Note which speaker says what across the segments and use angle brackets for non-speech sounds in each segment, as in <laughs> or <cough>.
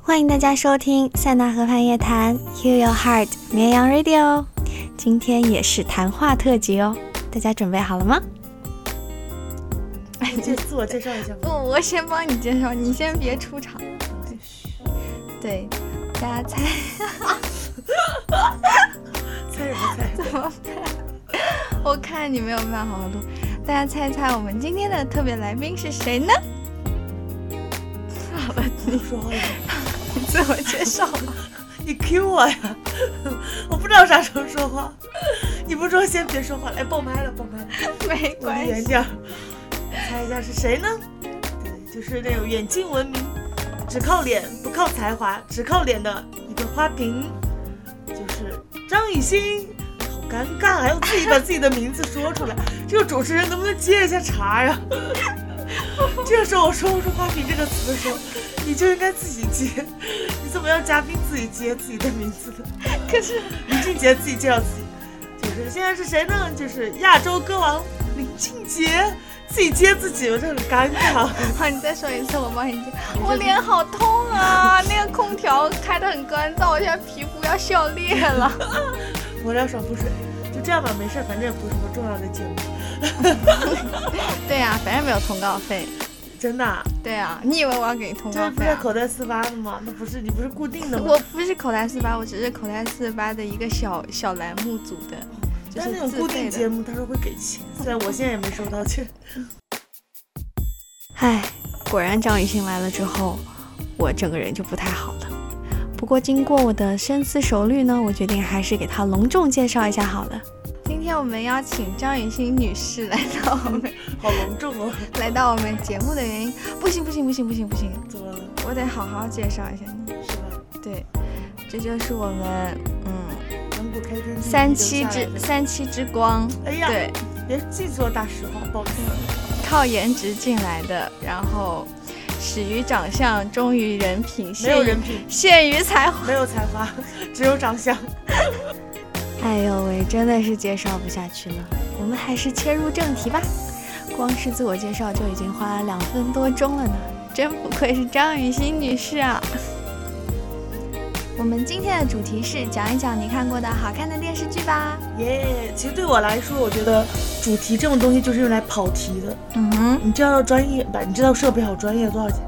Speaker 1: 欢迎大家收听《塞纳河畔夜谈》，Hear Your Heart 绵羊 Radio。今天也是谈话特辑哦，大家准备好了吗？
Speaker 2: 你介自我介绍一下
Speaker 1: 不，
Speaker 2: 吧。
Speaker 1: 哦我先帮你介绍，你先别出场。对，大家猜 <laughs>
Speaker 2: 猜也不猜？
Speaker 1: 怎么办？我看你没有办法好好录，大家猜一猜我们今天的特别来宾是谁呢？好了，
Speaker 2: 不说 <laughs> 话了，
Speaker 1: 你自我介绍吧。
Speaker 2: 你 Q 我呀！ <laughs> 我不知道啥时候说话。 <laughs> 你不说先别说话，来爆麦了，爆麦了，
Speaker 1: 没
Speaker 2: 我
Speaker 1: 关
Speaker 2: 离远
Speaker 1: 系，
Speaker 2: 点儿。猜一下是谁呢？对，就是那种远近闻名，只靠脸不靠才华，只靠脸的一个花瓶，就是张艺兴。好尴尬，还要自己把自己的名字说出来， <laughs> 这个主持人能不能接一下茬
Speaker 1: <laughs>
Speaker 2: 呀？这个时候我说不出“花瓶”这个词的时候，你就应该自己接。你怎么让嘉宾自己接自己的名字呢？
Speaker 1: 可是
Speaker 2: 林俊杰自己介绍自己，就是现在是谁呢？就是亚洲歌王林俊杰自己接自己，我这很尴尬。
Speaker 1: 好，你再说一次，我帮你接。我脸好痛 <laughs> 啊，那个空调开得很干燥，我现在皮肤要笑裂了。
Speaker 2: 我来爽肤水，就这样吧，没事儿，反正也不是什么重要的节目，
Speaker 1: <laughs> 对呀、反正没有通告费。
Speaker 2: 真的
Speaker 1: <laughs>
Speaker 2: 啊。
Speaker 1: 对啊，你以为我要给你通
Speaker 2: 这
Speaker 1: 告
Speaker 2: 不
Speaker 1: 费、
Speaker 2: 是
Speaker 1: 啊？
Speaker 2: 口袋四八的吗？那不是你不是固定的吗？
Speaker 1: 我啊不是口袋四八，我只是口袋四八的一个小小栏目组的，就
Speaker 2: 但
Speaker 1: 是
Speaker 2: 是那种
Speaker 1: 自
Speaker 2: 固
Speaker 1: 费
Speaker 2: 定
Speaker 1: 的
Speaker 2: 节。目，他说会给钱，虽然我现在也没收到钱。
Speaker 1: 唉，果然张雨欣来了之后，我整个人就不太好了。不过经过我的深思熟虑呢，我决定还是给她隆重介绍一下好了。今天我们邀请张雨欣女士来到我 <laughs> 们
Speaker 2: 好隆重哦，
Speaker 1: 来到我们节目的原因，不行不行不行不行不行，
Speaker 2: 怎么了？
Speaker 1: 我得好好介绍一下你。
Speaker 2: 是吧？
Speaker 1: 对，这就是我们嗯
Speaker 2: 能够开天辟地
Speaker 1: 三
Speaker 2: 留
Speaker 1: 七
Speaker 2: 下来
Speaker 1: 之
Speaker 2: 的
Speaker 1: 三七之光，
Speaker 2: 哎呀，
Speaker 1: 嗯对，
Speaker 2: 别净说大实话，不好意思。
Speaker 1: 靠颜值进来的，然后始于长相，忠于人品，
Speaker 2: 没有
Speaker 1: 陷于
Speaker 2: 人品，
Speaker 1: 陷于才华。
Speaker 2: 没有才华，只有长相。
Speaker 1: 哎呦喂，真的是介绍不下去了，我们还是切入正题吧。光是自我介绍就已经花了两分多钟了呢，真不愧是张雨欣女士啊。 <laughs> 我们今天的主题是讲一讲你看过的好看的电视剧吧。
Speaker 2: 耶、其实对我来说，我觉得主题这种东西就是用来跑题的。
Speaker 1: 嗯哼，
Speaker 2: 你知道专业吧？你知道设备好专业多少钱？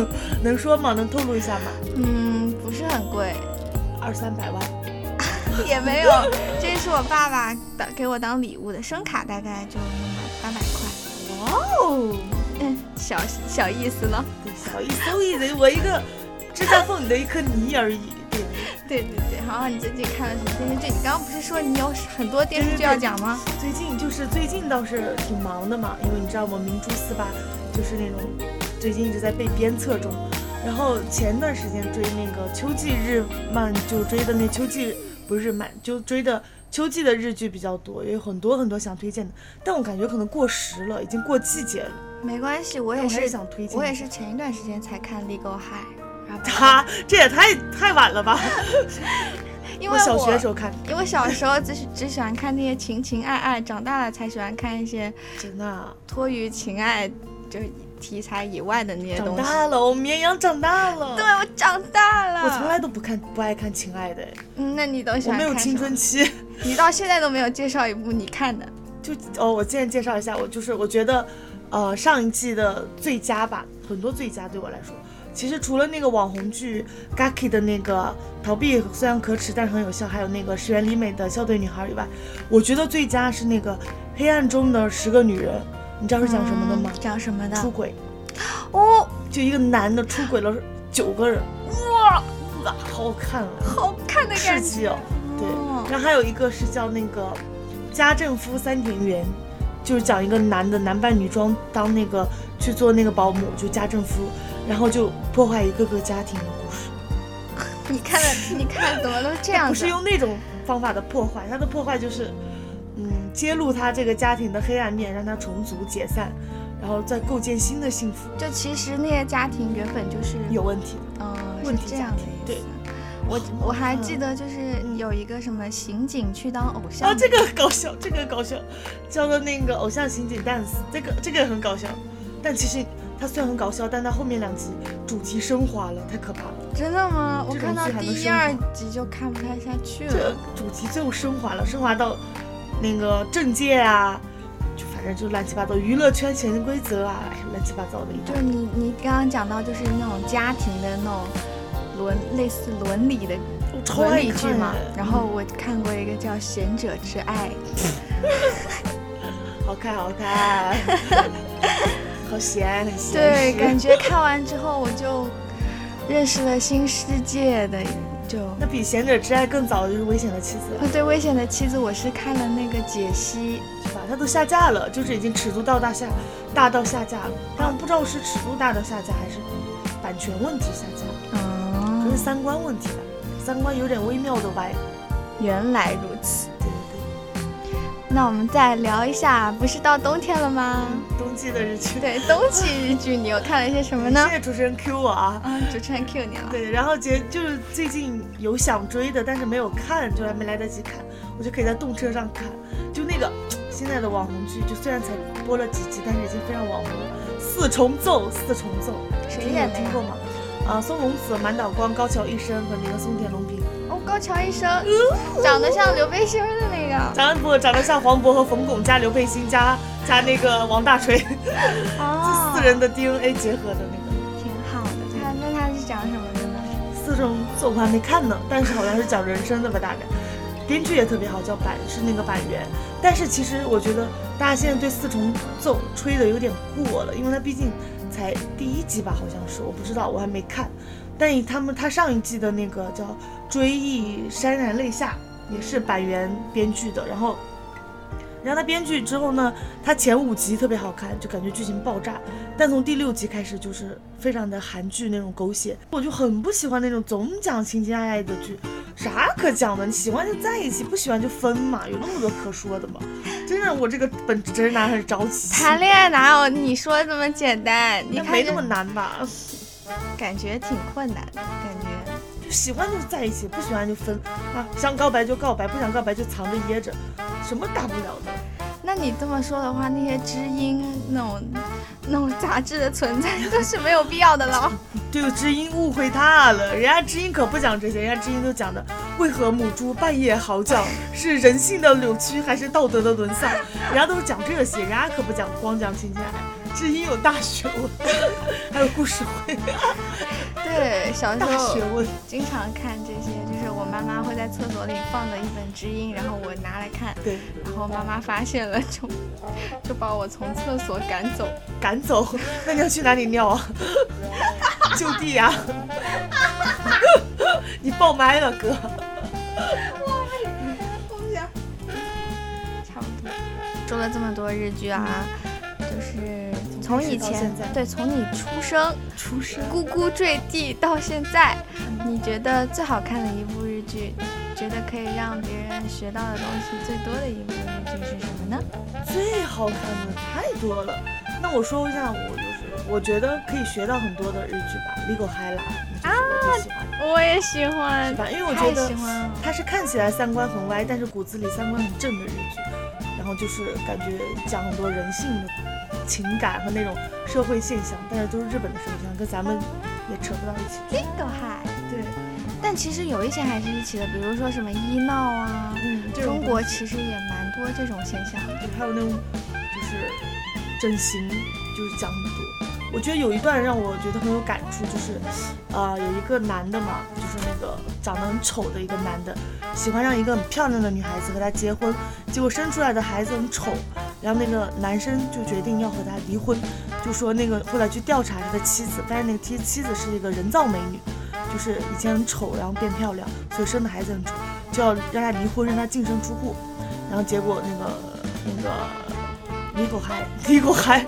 Speaker 2: <laughs> 能说吗？能透露一下吗？
Speaker 1: 嗯，不是很贵，
Speaker 2: 二三百万。
Speaker 1: 也没 <laughs> 有。这是我爸爸的给我当礼物的，声卡大概就那么八百块，
Speaker 2: 哦，
Speaker 1: 嗯，小小意思了。
Speaker 2: 对，小意思，小意思，我一个指甲缝里的一颗泥而已。对，
Speaker 1: 对对对，好，你最近看了什么电视剧？你刚刚不是说你有很多电视剧要讲吗？
Speaker 2: 最近就是最近倒是挺忙的嘛，因为你知道我明珠四八就是那种最近一直在被鞭策中，然后前段时间追那个秋季日漫，就追的那秋季不是日漫，就追的秋季的日剧比较多，也有很多很多想推荐的，但我感觉可能过时了，已经过季节了。
Speaker 1: 没关系，我
Speaker 2: 但
Speaker 1: 也
Speaker 2: 我还
Speaker 1: 是，
Speaker 2: 是想推荐，
Speaker 1: 我也是前一段时间才看《Legal High》，然后
Speaker 2: 哈，这也太太晚了吧！
Speaker 1: 因
Speaker 2: 我
Speaker 1: 为我
Speaker 2: 小学的时候看，
Speaker 1: 因为小时候只是 <laughs> 只喜欢看那些情情爱爱，长大了才喜欢看一些
Speaker 2: 真的啊，
Speaker 1: 脱于情爱就是题材以外的那些
Speaker 2: 长
Speaker 1: 东西。
Speaker 2: 大了，我哦绵羊长大了。
Speaker 1: 对，我长大了。
Speaker 2: 我从来都不看不爱看《亲爱的》，哎
Speaker 1: 嗯，那你都喜
Speaker 2: 我
Speaker 1: 欢
Speaker 2: 没有
Speaker 1: 看
Speaker 2: 青
Speaker 1: 什么
Speaker 2: 春期。
Speaker 1: 你到现在都没有介绍一部你看的。
Speaker 2: 就哦，我现在介绍一下，我就是我觉得，呃，上一季的最佳吧，很多最佳对我来说，其实除了那个网红剧 Gaki 的那个逃避虽然可耻但是很有效，还有那个石原里美的校对女孩以外，我觉得最佳是那个黑暗中的十个女人，你知道是讲什么的吗
Speaker 1: 嗯？讲什么
Speaker 2: 出
Speaker 1: 的？
Speaker 2: 轨，
Speaker 1: 哦，
Speaker 2: 就一个男的出轨了九个人，哇哇，好好看啊！
Speaker 1: 好看的
Speaker 2: 刺
Speaker 1: 感觉。
Speaker 2: 激哦。对，然后还有一个是叫那个家政夫三田园，就是讲一个男的男扮女装当那个去做那个保姆，就家政夫，然后就破坏一个个家庭的故事。
Speaker 1: 你看的，你看的怎么都这
Speaker 2: <laughs>
Speaker 1: 样
Speaker 2: 不
Speaker 1: 子啊
Speaker 2: 是？用那种方法的破坏，他的破坏就是，嗯，揭露他这个家庭的黑暗面，让他重组解散，然后再构建新的幸福。
Speaker 1: 就其实那些家庭原本就是
Speaker 2: 有问题的，
Speaker 1: 嗯，
Speaker 2: 问
Speaker 1: 是
Speaker 2: 题
Speaker 1: 这
Speaker 2: 家
Speaker 1: 样的
Speaker 2: 庭
Speaker 1: 意
Speaker 2: 对
Speaker 1: 思。我我还记得就是
Speaker 2: 嗯
Speaker 1: 有一个什么刑警去当偶像
Speaker 2: 啊，这个搞笑，这个搞笑，叫做那个偶像刑警 dance，这个这个很搞笑，但其实它虽然很搞笑，但它后面两集主题升华了，太可怕了。
Speaker 1: 真的吗？我
Speaker 2: 这
Speaker 1: 看
Speaker 2: 种
Speaker 1: 到
Speaker 2: 剧还
Speaker 1: 第
Speaker 2: 能
Speaker 1: 一
Speaker 2: 生
Speaker 1: 二
Speaker 2: 活
Speaker 1: 集就看不太下去
Speaker 2: 这
Speaker 1: 了。
Speaker 2: 主题最后升华了，升华到那个政界啊，就反正就乱七八糟，娱乐圈潜规则啊，哎乱七八糟的一
Speaker 1: 就
Speaker 2: 堆
Speaker 1: 是。你你刚刚讲到，就是那种家庭的那种伦类似伦理的
Speaker 2: 我超
Speaker 1: 伦
Speaker 2: 爱
Speaker 1: 理剧
Speaker 2: 看
Speaker 1: 嘛
Speaker 2: 的。
Speaker 1: 然后我看过一个叫《贤者之爱》，
Speaker 2: 好看好
Speaker 1: <laughs>
Speaker 2: 看，好咸，很咸
Speaker 1: 对，
Speaker 2: 是
Speaker 1: 感觉看完之后我就认识了新世界的，就
Speaker 2: 那比《贤者之爱》更早的就是《危险的妻子
Speaker 1: 啊，对《危险的妻子》，我是看了那个解析，》，
Speaker 2: 是吧？它都下架了，就是已经尺度到大下大到下架了，但我不知道是尺度大到下架还是版权问题下架，可能
Speaker 1: 嗯
Speaker 2: 是，三观问题吧，三观有点微妙的歪。
Speaker 1: 原来如此。
Speaker 2: 对对
Speaker 1: 那我们再聊一下，不是到冬天了吗？
Speaker 2: 对，冬季的日剧。
Speaker 1: 对，冬季日剧你又看了些 <laughs> 什么呢
Speaker 2: 谢？谢主持人 Q 我啊。
Speaker 1: <laughs> 啊，主持人 Q 你了。
Speaker 2: 对，然后结就是最近有想追的，但是没有看，就还没来得及看，我就可以在动车上看。就那个现在的网红剧，就虽然才播了几集，但是已经非常网红了，《四重奏》，四重奏，
Speaker 1: 谁
Speaker 2: 你有
Speaker 1: 演的
Speaker 2: 听
Speaker 1: 呀？
Speaker 2: 过吗？啊，松隆子、满岛光、高桥一生和那个松田龙平，
Speaker 1: 哦，高桥医生， <laughs> 长得像刘贝欣儿的那个。
Speaker 2: 长得不长得像黄渤和冯巩加刘佩欣加加那个王大 <laughs> 锤，
Speaker 1: 哦，
Speaker 2: 四人的 DNA 结合的那个。
Speaker 1: 挺好的。他那他是讲什么的 <laughs> 呢？
Speaker 2: 四重奏我还没看呢，但是好像是讲人生的吧，大概。编剧也特别好，叫板是那个板垣。但是其实我觉得大家现在对四重奏吹的有点过了，因为它毕竟才第一集吧，好像是，我不知道，我还没看。但以他们他上一季的那个叫《追忆潸然泪下》，也是板垣编剧的，然后。然后他编剧之后呢，他前五集特别好看，就感觉剧情爆炸，但从第六集开始就是非常的韩剧那种狗血，我就很不喜欢那种总讲情情爱爱的剧，啥可讲的？你喜欢就在一起，不喜欢就分嘛，有那么多可说的吗？真让我这个本直男很着急，
Speaker 1: 谈恋爱哪有你说的这么简单？你
Speaker 2: 那
Speaker 1: 看
Speaker 2: 没那
Speaker 1: 着
Speaker 2: 么难吧？
Speaker 1: 感觉挺困难的感觉。
Speaker 2: 就喜欢就在一起，不喜欢就分啊，想告白就告白，不想告白就藏着掖着，什么大不了的。
Speaker 1: 那你这么说的话，那些知音那种那种杂志的存在都是没有必要的
Speaker 2: <laughs>
Speaker 1: 了。
Speaker 2: 这个知音误会他了，人家知音可不讲这些，人家知音都讲的为何母猪半夜嚎 <laughs> 叫，是人性的扭曲还是道德的沦丧，人家都是讲这些，人家可不讲光讲情情爱爱，知音有大学 <laughs> 问，还有故事会，
Speaker 1: 对，小时
Speaker 2: 大
Speaker 1: 候
Speaker 2: 学问。
Speaker 1: 经常看这些，就是我妈妈会在厕所里放的一本知音，然后我拿来看，
Speaker 2: 对，
Speaker 1: 然后妈妈发现了就就把我从厕所赶
Speaker 2: <laughs>
Speaker 1: 走。
Speaker 2: 赶走，那你要去哪里尿 <laughs> 啊？就地呀、 <laughs> 你爆麦了哥，
Speaker 1: 我不想，差不多。说了这么多日剧啊，就是从以
Speaker 2: 从开始到
Speaker 1: 前
Speaker 2: 现在
Speaker 1: 对，从你出生
Speaker 2: 出生
Speaker 1: 咕咕坠地到现在，你觉得最好看的一部日剧，觉得可以让别人学到的东西最多的一部日剧是什么呢？
Speaker 2: 最好看的太多了。那我说一下，我就是我觉得可以学到很多的日剧吧，《Legal High》啦，就是我最喜欢的，
Speaker 1: 我也喜欢
Speaker 2: 是，吧？因为我觉
Speaker 1: 啊太
Speaker 2: 得
Speaker 1: 喜欢哦了。
Speaker 2: 它是看起来三观很歪，但是骨子里三观很正的日剧，然后就是感觉讲很多人性的情感和那种社会现象，但是都是日本的社会现象，跟咱们也扯不到一起去。
Speaker 1: 都嗨，
Speaker 2: 对，
Speaker 1: 但其实有一些还是一起的，比如说什么医闹啊，
Speaker 2: 嗯，这种
Speaker 1: 中国
Speaker 2: 东西
Speaker 1: 其实也蛮多这种现象。
Speaker 2: 还有那种就是整形，就是讲很多。我觉得有一段让我觉得很有感触，就是，呃，有一个男的嘛，就是那个长得很丑的一个男的，喜欢上一个很漂亮的女孩子和她结婚，结果生出来的孩子很丑，然后那个嗯男生就决定要和她离婚，就说那个后来去调查他的妻子，发现那个妻妻子是一个人造美女，就是以前很丑，然后变漂亮，所以生的孩子很丑，就要让她离婚，让她净身出户。然后结果那个那个李狗嗨，李狗嗨，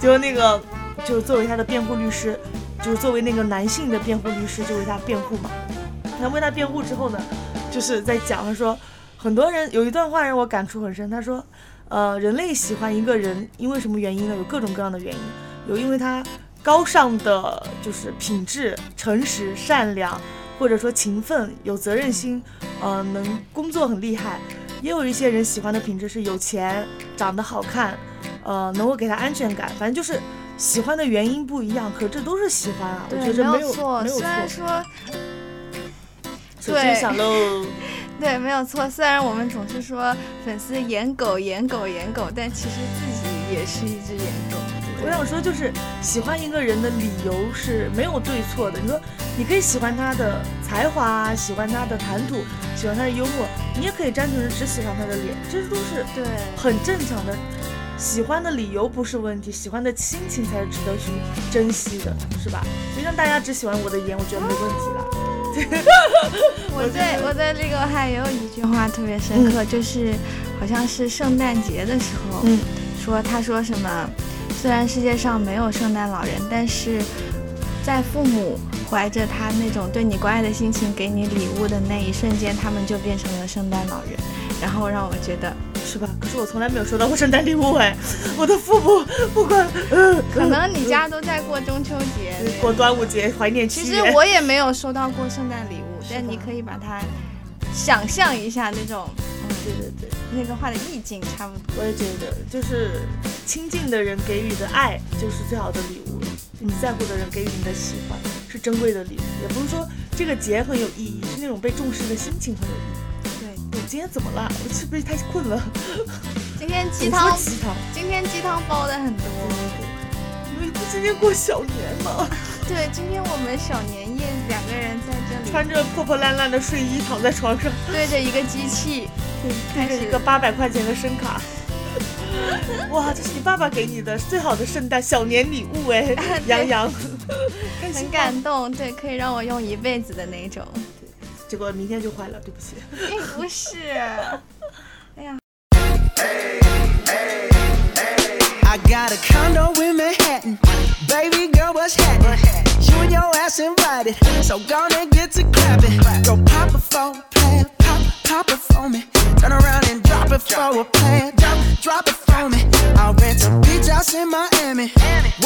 Speaker 2: 结果那个就是作为他的辩护律师，就是作为那个男性的辩护律师就为他辩护嘛。然后为他辩护之后呢，就是在讲他说，很多人有一段话让我感触很深，他说，呃，人类喜欢一个人，因为什么原因呢？有各种各样的原因，有因为他高尚的就是品质、诚实、善良，或者说勤奋、有责任心，呃，能工作很厉害。也有一些人喜欢的品质是有钱、长得好看，呃，能够给他安全感，反正就是喜欢的原因不一样，可这都是喜欢啊。我觉
Speaker 1: 对，
Speaker 2: 着
Speaker 1: 没
Speaker 2: 没有
Speaker 1: 错。
Speaker 2: 没有
Speaker 1: 虽然
Speaker 2: 错。
Speaker 1: 说
Speaker 2: 所以真
Speaker 1: 对 <laughs>
Speaker 2: 想喽，
Speaker 1: 对，没有错。虽然我们总是说粉丝演狗、演狗、演狗，但其实自己也是一只演狗。
Speaker 2: 我想说就是喜欢一个人的理由是没有对错的。你说你可以喜欢他的才华，啊喜欢他的谈吐，喜欢他的幽默，你也可以单纯的只喜欢他的脸，这都是
Speaker 1: 对，
Speaker 2: 很正常的。喜欢的理由不是问题，喜欢的心情才是值得去珍惜的，是吧？所以让大家只喜欢我的颜，我觉得没问题了。
Speaker 1: 我对我对这个还有一句话特别深刻，就是好像是圣诞节的时候，
Speaker 2: 嗯，
Speaker 1: 说他说什么，虽然世界上没有圣诞老人，但是在父母怀着他那种对你关爱的心情给你礼物的那一瞬间，他们就变成了圣诞老人，然后让我觉得
Speaker 2: 是吧？可是我从来没有收到过圣诞礼物哎，我的父母不管，呃，
Speaker 1: 可能你家都在过中秋节
Speaker 2: 呃。过端午节怀念
Speaker 1: 其
Speaker 2: 屈
Speaker 1: 实
Speaker 2: <laughs> 原，
Speaker 1: 我也没有收到过圣诞礼物，
Speaker 2: 是
Speaker 1: 但你
Speaker 2: 吧
Speaker 1: 可以把它想象一下那种
Speaker 2: 对对对，
Speaker 1: 那个话的意境，差不多。
Speaker 2: 我也觉得就是亲近的人给予的爱就是最好的礼物，就你在乎的人给予你的喜欢是珍贵的礼物，也不是说这个节很有意义，是那种被重视的心情很有意义。
Speaker 1: 对，
Speaker 2: 我今天怎么了？我是不是太困了？
Speaker 1: 今天鸡
Speaker 2: 你说
Speaker 1: 汤，
Speaker 2: 鸡汤，
Speaker 1: 今天鸡汤包的很多。
Speaker 2: 因为今天过小年嘛，
Speaker 1: 对，今天我们小年夜两个人在这里
Speaker 2: 穿着破破烂烂的睡衣躺在床上，
Speaker 1: 对着一个机器，
Speaker 2: 对着一个八百块钱的声卡。 <laughs> 哇，这是你爸爸给你的最好的圣诞小年礼物
Speaker 1: <laughs>
Speaker 2: 哎，杨洋，开心
Speaker 1: 很
Speaker 2: 吗
Speaker 1: 感动，对，可以让我用一辈子的那种。
Speaker 2: 结果明天就坏了，对不起。
Speaker 1: 并不是，哎呀，
Speaker 3: I got a condo in Manhattan. Baby girl, what's happening? You and your ass invited, so gonna get to clapping. Go pop it for a plan, pop, pop it for me. Turn around and drop it for a plan, drop, drop it for me. I'll rent a beach house in Miami.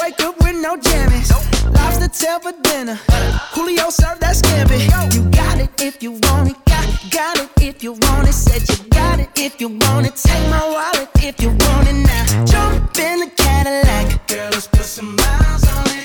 Speaker 3: Wake up with no jammies. Lobster tail for dinner. Julio served that scampi. You got it if you want it. Got, got it if you want it. Said you got it if you want it. Take my wallet if you want it now. Jump in the Cadillac. Girl, let's put some miles on it.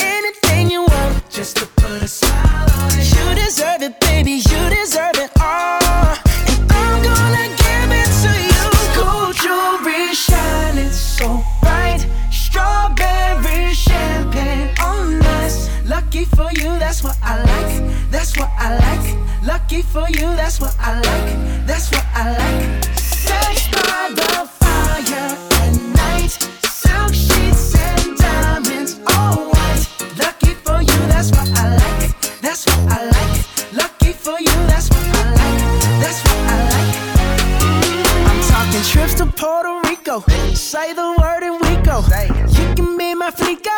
Speaker 3: Anything you want, just to put a smile on it. You deserve it, baby. You deserve it all. And I'm gonna give it to you. Cool jewelry shining so bright. Strawberry champagne on us. Lucky for you, that's what I like. That's what I like. Lucky for you, that's what I like. That's what I like. Sex by the fire at night. Silk sheets and diamonds, all white. Lucky for you, that's what I like. That's what I like. Lucky for you, that's what I like. That's what I like. I'm talking trips to Puerto Rico. Say the word and we go. You can be my flica.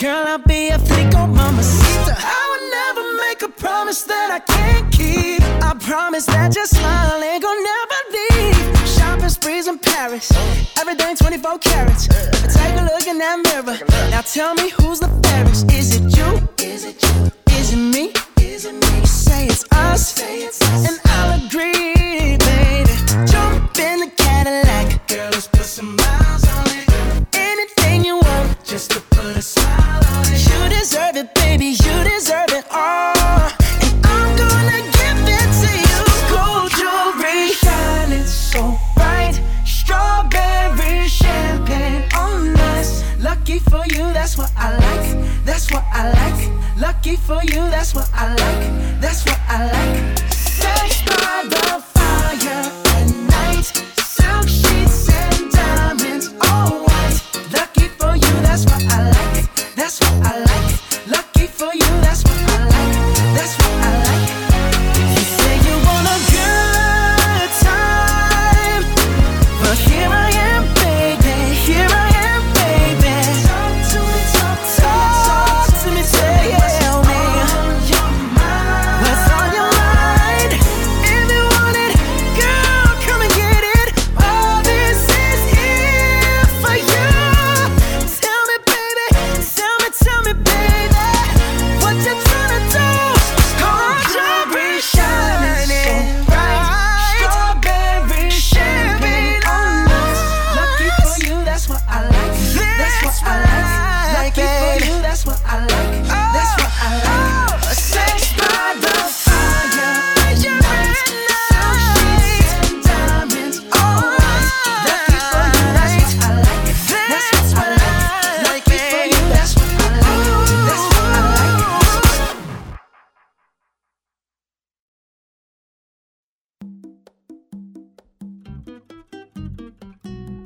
Speaker 3: Girl, I'll be a flico, mama sister. I would never make a promise that I can't keep. I promise that your smile ain't gonna never leave. Shopping sprees in Paris. Everything 24 carats. Take a look in that mirror. Now tell me who's the fairest. Is it you? Is it you? Is it me? Is it me? Say it's us. And I'll agree, baby. Jump in the Cadillac. Girl, let's put some miles on it. Anything you want, just to put a smile on it. You deserve it, baby. You deserve it all. And I'm gonna give it to you. Gold jewelry shining so bright. Strawberry champagne on us. Lucky for you, that's what I like. That's what I like. Lucky for you, that's what I like. That's what I like. Sex by the fire at night. Silk sheets and diamonds, all white. Lucky for you, that's what I like. That's what I like. Lucky for you, that's what I like. That's what I like. You say you want a good time. But here I am, baby. Here I am, baby. Talk to me, talk to me, talk to me, tell me what's on your mind.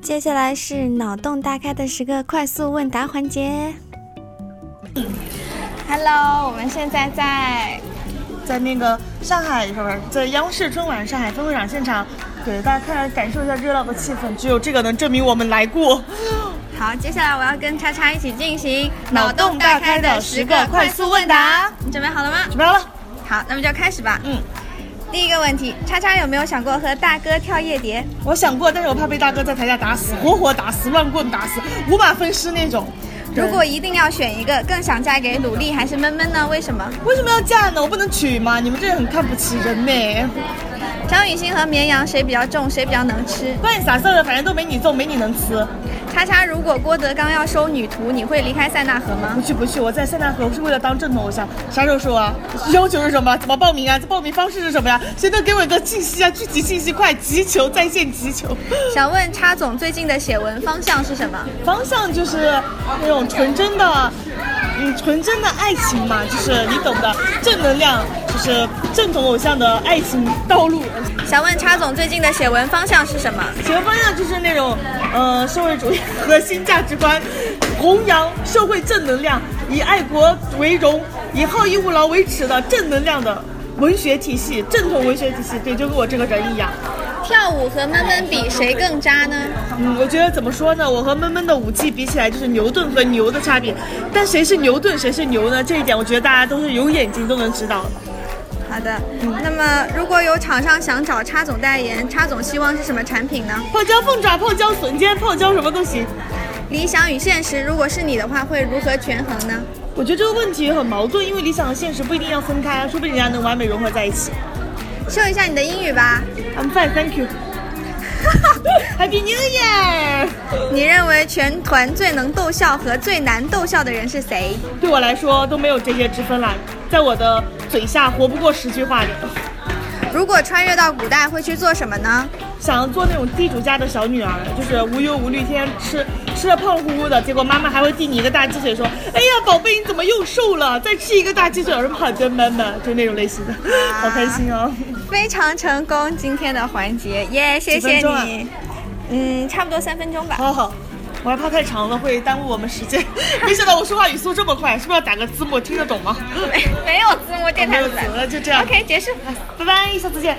Speaker 1: 接下来是脑洞大开的十个快速问答环节。Hello，我们现在在
Speaker 2: 在那个上海不是在央视春晚上海分会场现场，给大家看感受一下热闹的气氛。只有这个能证明我们来过。
Speaker 1: 好，接下来我要跟叉叉一起进行
Speaker 2: 脑洞大开的十个快速问答。
Speaker 1: 你准备好了吗？
Speaker 2: 准备好了？
Speaker 1: 好，那么就开始吧。
Speaker 2: 嗯，
Speaker 1: 第一个问题，叉叉有没有想过和大哥跳夜蝶？
Speaker 2: 我想过，但是我怕被大哥在台下打死，活活打死，乱棍打死，五马分尸那种。对
Speaker 1: 如果一定要选一个，更想嫁给努力还是闷闷呢？为什么？
Speaker 2: 为什么要嫁呢？我不能娶吗？你们这很看不起人呢。
Speaker 1: 张雨欣和绵羊谁比较重，谁比较能吃？
Speaker 2: 关你啥事儿？反正都没你重，没你能吃。
Speaker 1: 叉叉，如果郭德纲要收女徒，你会离开塞纳河
Speaker 2: 不
Speaker 1: 吗？
Speaker 2: 去不去，我在塞纳河我是为了当正统偶像。啥时候说啊？要求是什么？怎么报名啊？这报名方式是什么呀？谁能给我一个信息啊？具体信息快，急求在线急求。
Speaker 1: 想问叉总最近的写文方向是什么？
Speaker 2: 方向就是那种纯真的，嗯，纯真的爱情嘛，就是你懂的，正能量，就是正统偶像的爱情道路。
Speaker 1: 想问叉总最近的写文方向是什么？
Speaker 2: 什么方向就是那种，呃，社会主义核心价值观，弘扬社会正能量，以爱国为荣，以好逸恶劳为耻的正能量的文学体系，正统文学体系，对，就跟我这个人一啊样。
Speaker 1: 跳舞和闷闷比谁更渣呢？
Speaker 2: 嗯，我觉得怎么说呢？我和闷闷的武器比起来，就是牛顿和牛的差别。但谁是牛顿，谁是牛呢？这一点，我觉得大家都是有眼睛都能知道。
Speaker 1: 好的，那么如果有厂商想找叉总代言，叉总希望是什么产品呢？
Speaker 2: 泡椒凤爪、泡椒笋尖、泡椒什么都行。
Speaker 1: 理想与现实，如果是你的话，会如何权衡呢？
Speaker 2: 我觉得这个问题很矛盾，因为理想和现实不一定要分开啊，说不定人家能完美融合在一起。
Speaker 1: 秀一下你的英语吧。
Speaker 2: I'm fine, thank you. <laughs> Happy New Year！
Speaker 1: 你认为全团最能逗笑和最难逗笑的人是谁？
Speaker 2: 对我来说都没有这些之分了，在我的嘴下活不过十句话的。
Speaker 1: 如果穿越到古代，会去做什么呢？
Speaker 2: 想要做那种地主家的小女儿，就是无忧无虑，天天吃吃的胖乎乎的，结果妈妈还会递你一个大鸡腿，说：“哎呀，宝贝，你怎么又瘦了？再吃一个大鸡腿有什么好的？”妈
Speaker 1: <laughs>
Speaker 2: 妈就那种类型的，好开心哦。
Speaker 1: 非常成功，今天的环节，耶、谢
Speaker 2: 几分
Speaker 1: 谢
Speaker 2: 钟啊
Speaker 1: 你。嗯，差不多三分钟吧。
Speaker 2: 好好，我还怕太长了会耽误我们时间， <laughs> 没想到我说话语速这么快，是不是要打个字幕听得
Speaker 1: <laughs>
Speaker 2: 懂吗？ <laughs>
Speaker 1: 没 <laughs> 没有字幕，电
Speaker 2: 没
Speaker 1: 台
Speaker 2: 有
Speaker 1: 哎
Speaker 2: 词
Speaker 1: 不在。
Speaker 2: 了，就这样。
Speaker 1: OK，结束。
Speaker 2: 拜拜，下次见。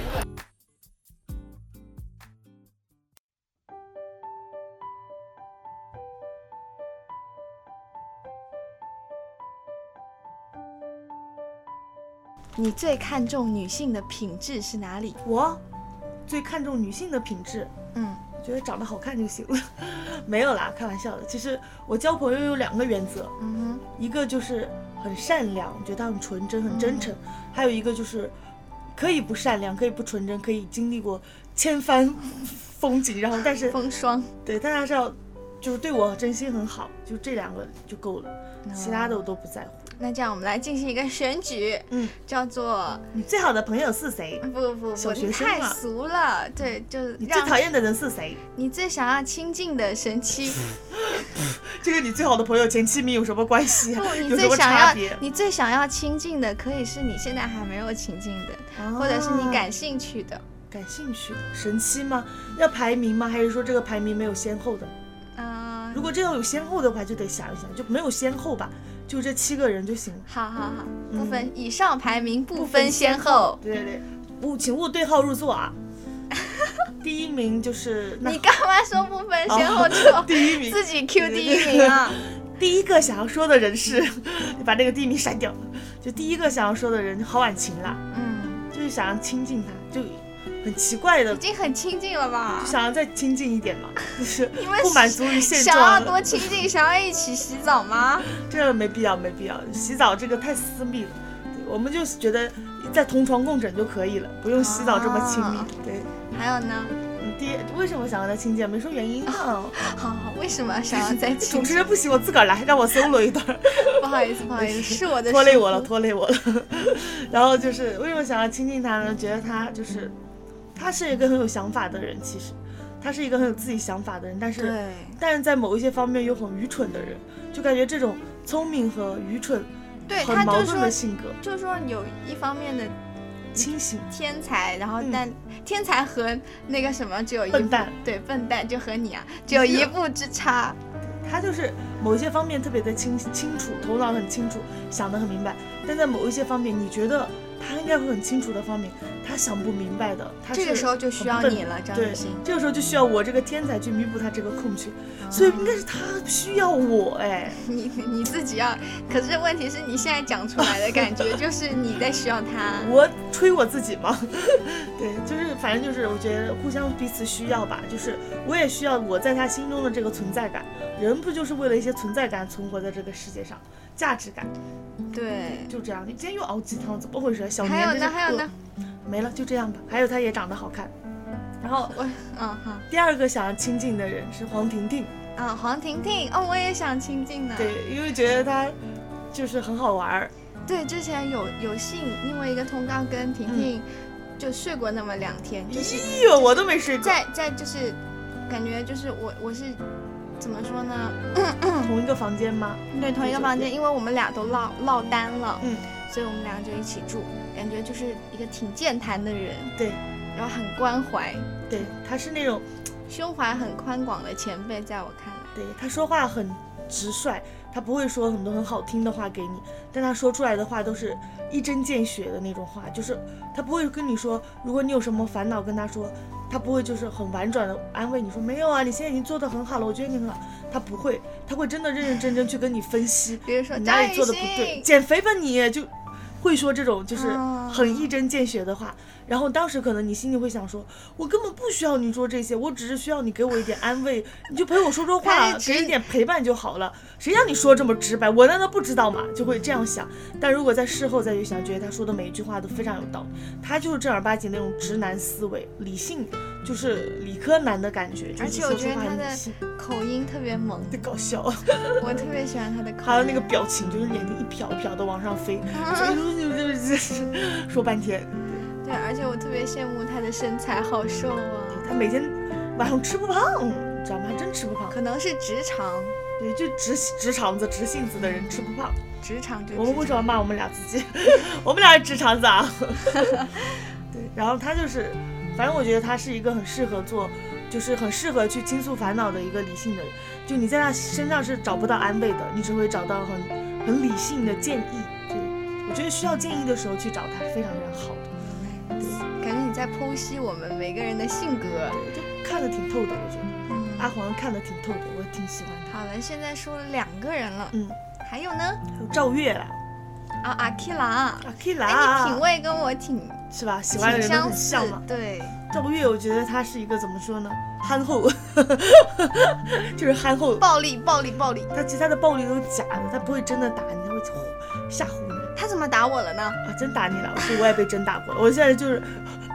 Speaker 1: 你最看重女性的品质是哪里？
Speaker 2: 我最看重女性的品质，
Speaker 1: 嗯，
Speaker 2: 我觉得长得好看就行了。 <laughs> 没有啦，开玩笑的。其实我交朋友有两个原则，
Speaker 1: 嗯
Speaker 2: 一个就是很善良，我觉得他很纯真、很真诚；还有一个就是可以不善良，可以不纯真，可以经历过千帆风景，然后但是
Speaker 1: 哼，风霜。
Speaker 2: 对，但还是要就是对我真心很好，就这两个就够了，
Speaker 1: 哦
Speaker 2: 其他的我都不在乎。
Speaker 1: 那这样我们来进行一个选举，
Speaker 2: 嗯，
Speaker 1: 叫做
Speaker 2: 你最好的朋友是谁？
Speaker 1: 不不不，
Speaker 2: 小学
Speaker 1: 你
Speaker 2: 生
Speaker 1: 太
Speaker 2: 嘛
Speaker 1: 俗了，对，就是
Speaker 2: 你最
Speaker 1: 让
Speaker 2: 讨厌的人是谁？
Speaker 1: 你最想要亲近的
Speaker 2: <laughs>
Speaker 1: 神妻，
Speaker 2: 这跟你最好的朋友前七名有什么关系啊
Speaker 1: 不，？
Speaker 2: <laughs>
Speaker 1: 你
Speaker 2: 有什
Speaker 1: 最
Speaker 2: 么
Speaker 1: 想
Speaker 2: 差
Speaker 1: 要
Speaker 2: 别？
Speaker 1: 你最想要亲近的，可以是你现在还没有亲近的，
Speaker 2: 啊
Speaker 1: 或者是你感兴趣的。
Speaker 2: 感兴趣的神七吗？要排名吗？还是说这个排名没有先后的？
Speaker 1: 嗯、
Speaker 2: 如果这要有先后的话，就得想一想，就没有先后吧，就这七个人就行了。
Speaker 1: 好好好，
Speaker 2: 嗯
Speaker 1: 不分、以上排名不分先后。
Speaker 2: 对对对，勿请勿对号入座啊！ <laughs> 第一名就是那
Speaker 1: 你干嘛说不分先后
Speaker 2: 哦
Speaker 1: 之后、
Speaker 2: 第一名
Speaker 1: 自己 Q 第一名啊？
Speaker 2: 第一个想要说的人是， <laughs> 你把那个第一名删掉。就第一个想要说的人，郝婉晴啦，
Speaker 1: 嗯，
Speaker 2: 就是想要亲近她，就很奇怪的
Speaker 1: 已，经很亲近了吧
Speaker 2: 就？想要再亲近一点嘛， <laughs> 就是
Speaker 1: 因为
Speaker 2: 不满足于现
Speaker 1: 想要
Speaker 2: 状
Speaker 1: 多亲近，想要一起洗澡吗？
Speaker 2: 这个没必要，没必要。洗澡这个太私密了，对我们就是觉得在同床共枕就可以了，不用洗澡这么亲密。
Speaker 1: 啊
Speaker 2: 对，
Speaker 1: 还有呢？
Speaker 2: 嗯第一为什么想要他亲近？没说原因呢。 <laughs>
Speaker 1: 好好，为什么想要再
Speaker 2: 哦
Speaker 1: 亲
Speaker 2: 主持
Speaker 1: 近？
Speaker 2: 人不行，我自个儿来，让我 solo <laughs> 一段儿，
Speaker 1: 不好意思，不好意思，是我的
Speaker 2: 拖累
Speaker 1: 疏忽
Speaker 2: 我了，。拖累我了。 <laughs> 然后就是为什么想要亲近他呢？觉得他就是，他是一个很有想法的人，其实他是一个很有自己想法的人，但是
Speaker 1: 对，
Speaker 2: 但是在某一些方面又很愚蠢的人，就感觉这种聪明和愚蠢
Speaker 1: 对，
Speaker 2: 很
Speaker 1: 他
Speaker 2: 矛
Speaker 1: 就
Speaker 2: 盾
Speaker 1: 说嗯
Speaker 2: 的性格。
Speaker 1: 就说有一方面的
Speaker 2: 清醒，
Speaker 1: 天才，然后
Speaker 2: 嗯
Speaker 1: 但、天才和那个什么只有一
Speaker 2: 笨
Speaker 1: 步
Speaker 2: 蛋
Speaker 1: 对笨蛋就
Speaker 2: <laughs>
Speaker 1: 和你啊只有一步之差。
Speaker 2: 他就是某一些方面特别的清清楚，头脑很清楚，想得很明白，但在某一些方面，你觉得他应该会很清楚的方面，他想不明白的，他
Speaker 1: 这个
Speaker 2: 啊是哦
Speaker 1: 时候就需要
Speaker 2: 很笨
Speaker 1: 你了，张
Speaker 2: 对
Speaker 1: 雨欣。， <laughs>
Speaker 2: 这个时候就需要我这个天才去弥补他这个空缺，
Speaker 1: 嗯
Speaker 2: 所以应该是他需要我哎，
Speaker 1: 你你自己要，可是问题是你现在讲出来的
Speaker 2: <laughs>
Speaker 1: 感觉就是你在需要他。
Speaker 2: 我吹我自己嘛， <laughs> 对，就是反正就是我觉得互相彼此需要吧，就是我也需要我在他心中的这个存在感，人不就是为了一些存在感存活在这个世界上，价值感
Speaker 1: 对，
Speaker 2: 就这样。你今天又熬鸡汤，怎么回事？小
Speaker 1: 还
Speaker 2: 年
Speaker 1: 有
Speaker 2: 真是
Speaker 1: 呢，还有
Speaker 2: 饿
Speaker 1: 呢，
Speaker 2: 没了，就这样吧。还有他也长得好看。然后
Speaker 1: 我嗯好
Speaker 2: 第二个想要亲近的人是黄婷婷，
Speaker 1: 啊，黄婷婷哦，我也想亲近呢。
Speaker 2: 对，因为觉得她就是很好玩儿，
Speaker 1: 对，之前有有幸因为一个通告跟
Speaker 2: 嗯
Speaker 1: 婷婷就睡过那么两天，就是
Speaker 2: 哎呦，我都没睡过，
Speaker 1: 在在就是感觉就是我我是怎么说呢？
Speaker 2: 同一个房间吗？
Speaker 1: 对，同一个
Speaker 2: 对
Speaker 1: 房
Speaker 2: 对
Speaker 1: 间，因为我们俩都落落单了，
Speaker 2: 嗯，
Speaker 1: 所以我们俩就一起住，感觉就是一个挺健谈的人，
Speaker 2: 对，
Speaker 1: 然后很关怀，
Speaker 2: 对，她是那种，
Speaker 1: 胸怀很宽广的前辈，在我看来，
Speaker 2: 对，她说话很直率，她不会说很多很好听的话给你，但她说出来的话都是一针见血的那种话，就是她不会跟你说，如果你有什么烦恼跟她说，她不会就是很婉转的安慰你说没有啊，你现在已经做的很好了，我觉得你很好，她不会，她会真的认认真真去跟你分析，
Speaker 1: 比如说
Speaker 2: 你哪
Speaker 1: 张
Speaker 2: 里
Speaker 1: 雨
Speaker 2: 做的不对，
Speaker 1: 欣，
Speaker 2: 减肥吧你就会说这种就是
Speaker 1: 啊
Speaker 2: 很一针见血的话。然后当时可能你心里会想说，我根本不需要你说这些，我只是需要你给我一点安慰，你就陪我说说
Speaker 1: 他
Speaker 2: 话，
Speaker 1: 是直
Speaker 2: 给一点陪伴就好了。谁让你说这么直白？我难道不知道吗？就会这样想。但如果在事后再去想，觉得他说的每一句话都非常有道理，他就是正儿八经那种直男思维，理性就是理科男的感觉，就
Speaker 1: 而
Speaker 2: 是
Speaker 1: 且我
Speaker 2: 说
Speaker 1: 觉
Speaker 2: 出
Speaker 1: 得
Speaker 2: 话
Speaker 1: 他
Speaker 2: 很理
Speaker 1: 的
Speaker 2: 性，
Speaker 1: 口音特别萌，
Speaker 2: 太搞笑 <laughs> 了。
Speaker 1: 我特别喜欢他的口音。
Speaker 2: 还有那个表情，就是眼睛一瞟一瞟的往上飞， <laughs> 说半天。
Speaker 1: <laughs> 对，而且我特别羡慕他的身材，好瘦啊！
Speaker 2: 他每天晚上吃不胖，你知道吗？还真吃不胖。
Speaker 1: 可能是直肠，
Speaker 2: 对，就直直肠子、直性子的人吃不胖。
Speaker 1: 直肠就
Speaker 2: 我们
Speaker 1: 直
Speaker 2: 为什
Speaker 1: 肠
Speaker 2: 么要骂我们俩自己？ <laughs> 我们俩是直肠子啊。 <laughs> 对，然后他就是，反正我觉得他是一个很适合做，就是很适合去倾诉烦恼的一个理性的人。就你在他身上是找不到安慰的，你只会找到很很理性的建议。对，我觉得需要建议的时候去找他是非常非常好的。
Speaker 1: 感觉你在剖析我们每个人的性格。
Speaker 2: 就看得挺透的，我觉得
Speaker 1: 嗯，
Speaker 2: 阿黄看得挺透的，我挺喜欢他。
Speaker 1: 好了，现在说了两个人了，
Speaker 2: 嗯，
Speaker 1: 还有呢？
Speaker 2: 还有赵月啦，
Speaker 1: 啊，阿 K 啦，
Speaker 2: 阿 K
Speaker 1: 哎，
Speaker 2: 啦，
Speaker 1: 你品味跟我挺
Speaker 2: 是吧？喜欢的
Speaker 1: 挺
Speaker 2: 人都
Speaker 1: 相
Speaker 2: 很
Speaker 1: 似
Speaker 2: 像嘛。，
Speaker 1: 对，
Speaker 2: 赵月，我觉得他是一个怎么说呢，憨厚， <laughs> 就是憨厚。
Speaker 1: 暴力，暴力，暴力！
Speaker 2: 他其实他的暴力都是假的，他不会真的打你，他会唬吓唬你
Speaker 1: 他怎么打我了呢？
Speaker 2: 啊！真打你了，我说我也被真打过
Speaker 1: <laughs>
Speaker 2: 了，我现在就是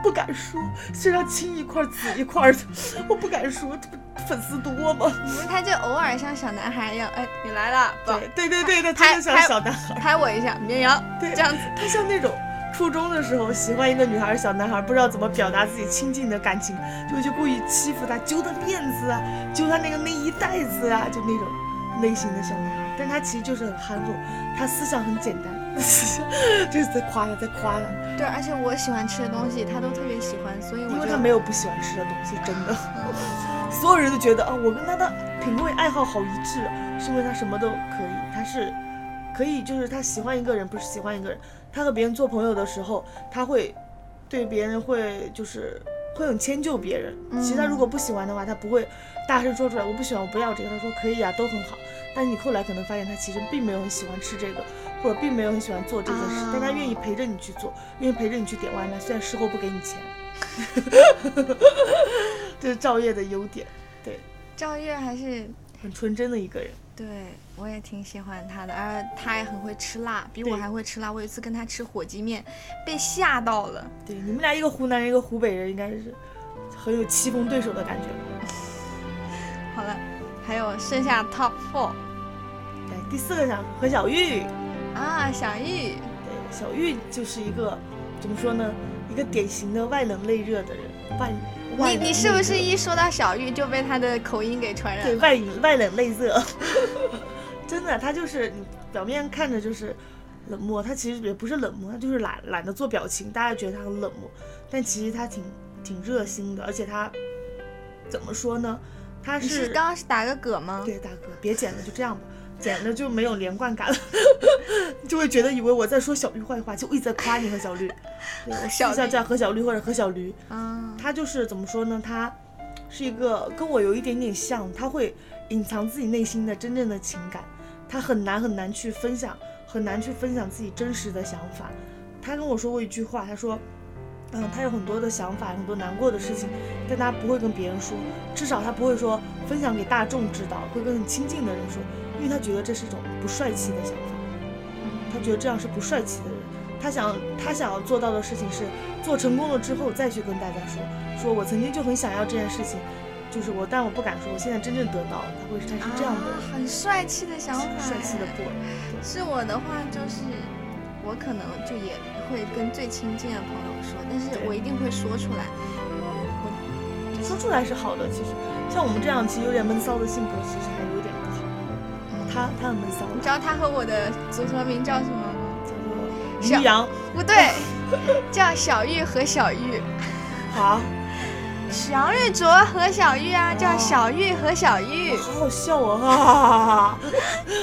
Speaker 2: 不敢说，身上青一块儿紫一块儿的， <laughs> 我不敢说，这不粉丝多吗？
Speaker 1: 不是，他就偶尔像小男孩一样，哎，你来了，抱
Speaker 2: 对对对对，他
Speaker 1: 拍
Speaker 2: 真的像
Speaker 1: 拍
Speaker 2: 小男孩。
Speaker 1: 拍我一下，绵羊，
Speaker 2: 对
Speaker 1: 这样子。
Speaker 2: 他像那种初中的时候喜欢一个女孩儿、小男孩儿，不知道怎么表达自己亲近的感情，就会去故意欺负她，揪她辫子啊，揪她那个内衣带子啊，就那种类型的小男孩儿。但他其实就是很憨厚，他思想很简单。 <laughs> 这是在夸他，在夸他，
Speaker 1: 对，而且我喜欢吃的东西，他都特别喜欢，所以我
Speaker 2: 因为
Speaker 1: 就
Speaker 2: 他没有不喜欢吃的东西，真的。 <laughs> 所有人都觉得啊、我跟他的品味爱好好一致，啊是因为他什么都可以，他是可以，就是他喜欢一个人，不是喜欢一个人，他和别人做朋友的时候，他会对别人会就是会很迁就别人。其实他如果不喜欢的话，他不会大声说出来，我不喜欢，我不要这个。他说可以啊，都很好。但你后来可能发现，他其实并没有很喜欢吃这个，或者并没有很喜欢做这件事，但他愿
Speaker 1: 啊
Speaker 2: 意陪着你去做，愿意陪着你去点外卖，虽然事后不给你钱。 <laughs> 这是赵烨的优点，
Speaker 1: 赵月还是
Speaker 2: 很纯真的一个人。
Speaker 1: 对我也挺喜欢他的，而他也很会吃辣，比我
Speaker 2: 对
Speaker 1: 还会吃辣。我有一次跟他吃火鸡面，被吓到了。
Speaker 2: 对，你们俩一个湖南人，一个湖北人，应该是很有棋逢对手的感觉。
Speaker 1: 好了，还有剩下 top four
Speaker 2: 对，第四个想何小玉，
Speaker 1: 啊，小玉，
Speaker 2: 对，小玉就是一个怎么说呢，一个典型的外冷内热的人，外外冷
Speaker 1: 你你
Speaker 2: 内
Speaker 1: 是不
Speaker 2: 热
Speaker 1: 是一说到小玉就被他的口音给传染
Speaker 2: 对 <laughs>
Speaker 1: 了？
Speaker 2: 外冷外冷内热？真的，他就是你表面看着就是冷漠，他其实也不是冷漠，他就是懒懒得做表情，大家觉得他很冷漠，但其实他挺挺热心的，而且他怎么说呢？他
Speaker 1: 你是
Speaker 2: 是
Speaker 1: 刚刚是打个嗝吗？
Speaker 2: 对大哥，别剪了，就这样吧。剪了就没有连贯感了， <laughs> 就会觉得以为我在说小绿坏话，就一直在夸你和小绿。对，我试
Speaker 1: 小
Speaker 2: 一下
Speaker 1: 绿
Speaker 2: 叫何小绿或者何小驴，
Speaker 1: 啊，
Speaker 2: 他就是怎么说呢？他是一个跟我有一点点像，他会隐藏自己内心的真正的情感，他很难很难去分享，很难去分享自己真实的想法。他跟我说过一句话，他说，嗯，他有很多的想法，很多难过的事情，但他不会跟别人说，至少他不会说分享给大众知道，会跟很亲近的人说，因为他觉得这是一种不帅气的想法。他觉得这样是不帅气的人。他想他想要做到的事情是做成功了之后再去跟大家说，说我曾经就很想要这件事情，就是我，但我不敢说，我现在真正得到了，他会是他是这样的
Speaker 1: 啊
Speaker 2: 人，
Speaker 1: 很帅气的想法，
Speaker 2: 帅气的 boy。
Speaker 1: 是我的话就是，我可能就也会跟最亲近的朋友说，但是
Speaker 2: 对
Speaker 1: 我一定会说出来。
Speaker 2: 说出来是好的，其实像我们这样其实有点闷骚的性格，其实还有点不好。
Speaker 1: 嗯
Speaker 2: 他他很闷骚，
Speaker 1: 你知道他和我的组合名叫什么吗？
Speaker 2: 叫做
Speaker 1: 小
Speaker 2: 于洋，<laughs>
Speaker 1: 不对，叫小玉和小玉，
Speaker 2: 好，
Speaker 1: 杨玉卓和小玉啊，
Speaker 2: 哦
Speaker 1: 叫小玉和小玉，
Speaker 2: 好好笑哦，哈哈哈哈哈。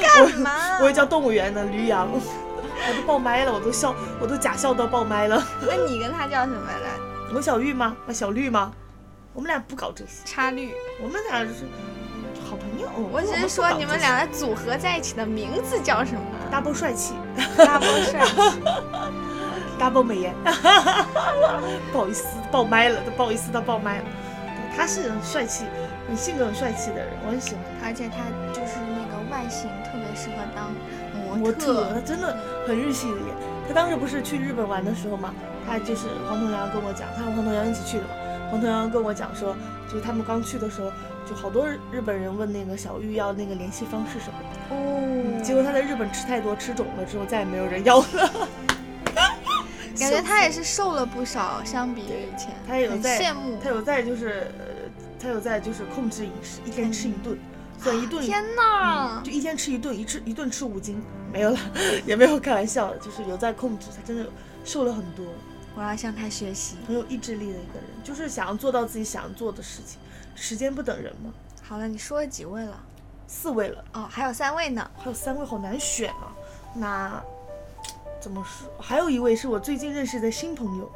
Speaker 1: 干嘛？
Speaker 2: 我也叫动物园的驴羊， <laughs> 我都爆麦了，我都笑，我都假笑到爆麦了。
Speaker 1: 那你跟他叫什么
Speaker 2: <laughs>
Speaker 1: 来？
Speaker 2: 我小玉吗？啊，小绿吗？我们俩不搞这些，
Speaker 1: 插绿。
Speaker 2: 我们俩就是好朋友。
Speaker 1: 我只是
Speaker 2: 们不
Speaker 1: 说
Speaker 2: 搞
Speaker 1: 你们
Speaker 2: 这些
Speaker 1: 俩的组合在一起的名字叫什么
Speaker 2: double 帅气
Speaker 1: ？double 帅气。
Speaker 2: ，double 美颜。 <laughs> 不好意思，爆麦了，都不好意思，他爆麦了。对他是很帅气，很性格很帅气的人，我很喜欢
Speaker 1: <laughs> 而且他就是那个外形特别适合当模
Speaker 2: 他。模特，他真的
Speaker 1: 嗯
Speaker 2: 很日系的耶。他当时不是去日本玩的时候嘛，他就是黄头羊跟我讲，他和黄头羊一起去的嘛。黄头羊跟我讲说，就是他们刚去的时候，就好多日日本人问那个小玉要那个联系方式什么的。
Speaker 1: 哦
Speaker 2: 结果他在日本吃太多，吃肿了之后再也没有人要了。 <laughs>
Speaker 1: 感觉他也是瘦了不少，相比于以前，
Speaker 2: 他有
Speaker 1: 很
Speaker 2: 在
Speaker 1: 羡慕。
Speaker 2: 他有在就是，呃他有在就是控制饮食，一天吃一顿，算一顿，
Speaker 1: 嗯天哪
Speaker 2: 就！一天吃一顿，一吃一顿吃五斤，没有了， <laughs> 也没有开玩笑，就是有在控制。他真的瘦了很多，
Speaker 1: 我要向他学习。
Speaker 2: 很有意志力的一个人，就是想要做到自己想要做的事情。时间不等人嘛，
Speaker 1: 好了，你说了几位了？
Speaker 2: 四位了，
Speaker 1: 哦，还有三位呢。
Speaker 2: 还有三位好难选啊。那怎么说？还有一位是我最近认识的新朋友，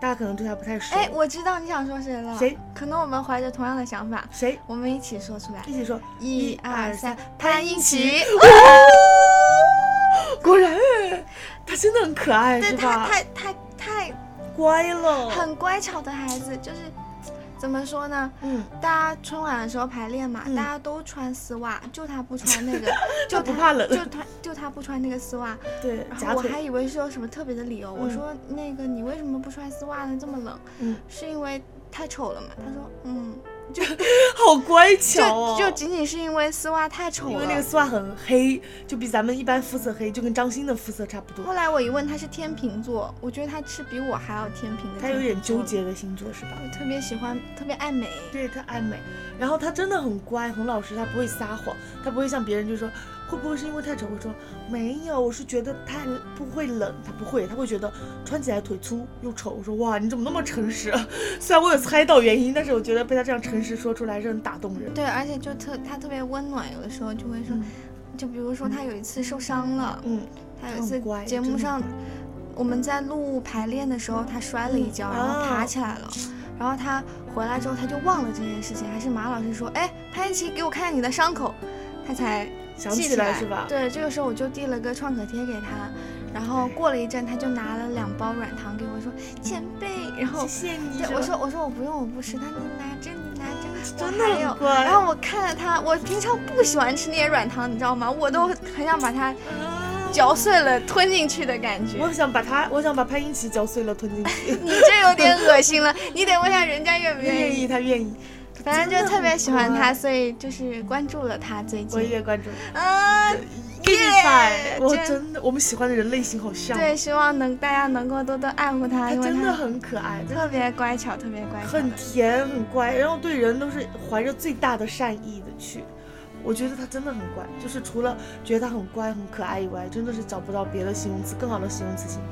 Speaker 2: 大家可能对他不太熟。
Speaker 1: 哎，我知道你想说谁了。
Speaker 2: 谁？
Speaker 1: 可能我们怀着同样的想法，
Speaker 2: 谁？
Speaker 1: 我们一起说出来。
Speaker 2: 一起说
Speaker 1: 一二三，潘英哦
Speaker 2: 琪
Speaker 1: 奇。
Speaker 2: 果然哎，他真的很可爱，
Speaker 1: 对
Speaker 2: 是
Speaker 1: 他
Speaker 2: 吧？
Speaker 1: 太太太
Speaker 2: 乖了，
Speaker 1: 很乖巧的孩子，就是怎么说呢？
Speaker 2: 嗯，
Speaker 1: 大家春晚的时候排练嘛，
Speaker 2: 嗯，
Speaker 1: 大家都穿丝袜，就他不穿那个
Speaker 2: <laughs> 就
Speaker 1: 就
Speaker 2: 不
Speaker 1: 他
Speaker 2: 怕冷
Speaker 1: 就他就他不穿那个丝袜。
Speaker 2: 对，
Speaker 1: 然
Speaker 2: 夹
Speaker 1: 后我
Speaker 2: 腿
Speaker 1: 还以为是有什么特别的理由，我
Speaker 2: 嗯
Speaker 1: 说那个你为什么不穿丝袜呢？这么冷，
Speaker 2: 嗯
Speaker 1: 是因为太丑了嘛？他说嗯，
Speaker 2: 好乖巧哦
Speaker 1: 就，就仅仅是因为丝袜太丑
Speaker 2: 因
Speaker 1: 了
Speaker 2: 为。那个丝袜很黑，就比咱们一般肤色黑，就跟张欣的肤色差不
Speaker 1: 后
Speaker 2: 多。
Speaker 1: 来我一问他是天秤座，我觉得他是比我还要天平的。
Speaker 2: 他有点纠，结的星座是吧？
Speaker 1: 特别喜欢，特别爱美。
Speaker 2: 对，他爱美，然后他真的很乖，很老实，他不会撒谎，他不会像别人就说会不会是因为太丑，我说没有，我是觉得太不会冷，他不会，他会觉得穿起来腿粗又丑。我说哇，你怎么那么诚实啊？虽然我有猜到原因，但是我觉得被他这样诚实说出来是很打动人。
Speaker 1: 对，而且就特他特别温暖，有的时候就会说，就比如说他有一次受伤了，
Speaker 2: 嗯，
Speaker 1: 他有一次
Speaker 2: 很乖
Speaker 1: 节
Speaker 2: 真
Speaker 1: 目
Speaker 2: 的
Speaker 1: 上，我们在录排练的时候，他摔了一跤，
Speaker 2: 嗯
Speaker 1: 然后爬
Speaker 2: 啊
Speaker 1: 起来了。然后他回来之后，他就忘了这件事情，还是马老师说：“哎，潘一奇，给我看看你的伤口。”他才
Speaker 2: 想
Speaker 1: 记
Speaker 2: 起
Speaker 1: 起来
Speaker 2: 来是吧？
Speaker 1: 对，这个时候我就递了个创可贴给他，然后过了一阵，他就拿了两包软糖给我说：“前辈。”然后
Speaker 2: 谢谢你。
Speaker 1: 对
Speaker 2: 是吧
Speaker 1: 我说我说我不用我不吃，他说你拿着你拿着，
Speaker 2: 嗯真
Speaker 1: 我
Speaker 2: 的
Speaker 1: 还
Speaker 2: 很
Speaker 1: 有
Speaker 2: 乖
Speaker 1: 然后我看着他，我平常不喜欢吃那些软糖，你知道吗？我都很想把它嚼碎了吞进去的感觉
Speaker 2: 我。想把他，我想把潘英奇嚼碎了吞进去。
Speaker 1: 你这有点恶心
Speaker 2: <laughs>
Speaker 1: 了，你得问一下人家愿不
Speaker 2: 嗯
Speaker 1: 愿
Speaker 2: 愿
Speaker 1: 意。
Speaker 2: 意，他愿意，
Speaker 1: 反正就特别喜欢
Speaker 2: 真的
Speaker 1: 他，
Speaker 2: 很
Speaker 1: 所以就是关注了他最
Speaker 2: 我
Speaker 1: 近。
Speaker 2: 也关注。
Speaker 1: 啊，
Speaker 2: 给你拜，我
Speaker 1: 真
Speaker 2: 真的，我们喜欢的人类型好像。
Speaker 1: 对，希望能大家能够多多爱护他，
Speaker 2: 他
Speaker 1: 因为
Speaker 2: 真的
Speaker 1: 他
Speaker 2: 很可爱，真的
Speaker 1: 特别乖巧，特别乖巧的。
Speaker 2: 很甜很乖，然后对人都是怀着最大的善意的去。我觉得他真的很乖，就是除了觉得他很乖、很可爱以外，真的是找不到别的形容词更好的形容词形容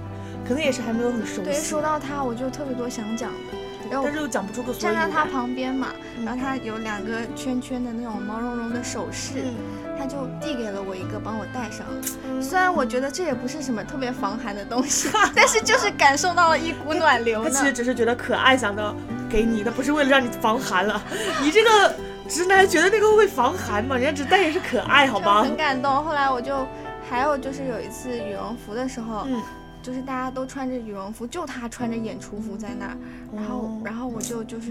Speaker 2: 他。可能也是还没有很熟悉，
Speaker 1: 对，说到他我就特别多想讲的，然后
Speaker 2: 但是又讲不出个所以
Speaker 1: 站在
Speaker 2: 然
Speaker 1: 他
Speaker 2: 来。
Speaker 1: 旁边嘛，
Speaker 2: 嗯
Speaker 1: 然后他有两个圈圈的那种毛茸茸的首饰，
Speaker 2: 嗯
Speaker 1: 他就递给了我一个，帮我戴上了。虽然我觉得这也不是什么特别防寒的东西， <laughs> 但是就是感受到了一股暖流
Speaker 2: 他
Speaker 1: 呢
Speaker 2: 其。实只是觉得可爱，想到给你，他不是为了让你防寒了。你这个直男觉得那个会防寒吗？人家只戴也是可爱，好
Speaker 1: 就
Speaker 2: 吗？
Speaker 1: 很感动。后来我就还有就是有一次羽绒服的时候，
Speaker 2: 嗯
Speaker 1: 就是大家都穿着羽绒服，就他穿着演出服在那儿，然后、
Speaker 2: 哦
Speaker 1: 然后我就就是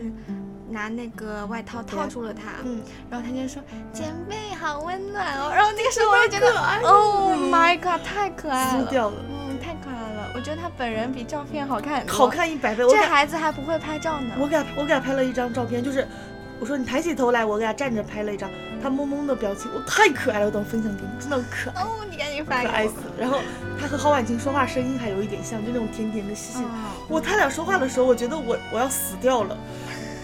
Speaker 1: 拿那个外套套住了他，
Speaker 2: 嗯，
Speaker 1: 然后他就说姐妹好温暖哦，然后那个时候我就觉得，Oh my god，太可爱
Speaker 2: 撕
Speaker 1: 了，
Speaker 2: 掉了，
Speaker 1: 嗯，太可爱了，我觉得他本人比照片好看很多，
Speaker 2: 好。看一百倍。我
Speaker 1: 这
Speaker 2: 给
Speaker 1: 孩子还不会拍照呢，
Speaker 2: 我给他我给他拍了一张照片，就是我说你抬起头来，我给他站着拍了一张，他懵懵的表情，我太可爱了，我等分享给你，真的很可爱。
Speaker 1: 哦，你赶紧发
Speaker 2: 可爱
Speaker 1: 给
Speaker 2: 死了！然后他和郝婉晴说话声音还有一点像，就那种甜甜的、细
Speaker 1: 我。
Speaker 2: 细的。
Speaker 1: 哦
Speaker 2: 我他俩说话的时候，我觉得我我要死掉了。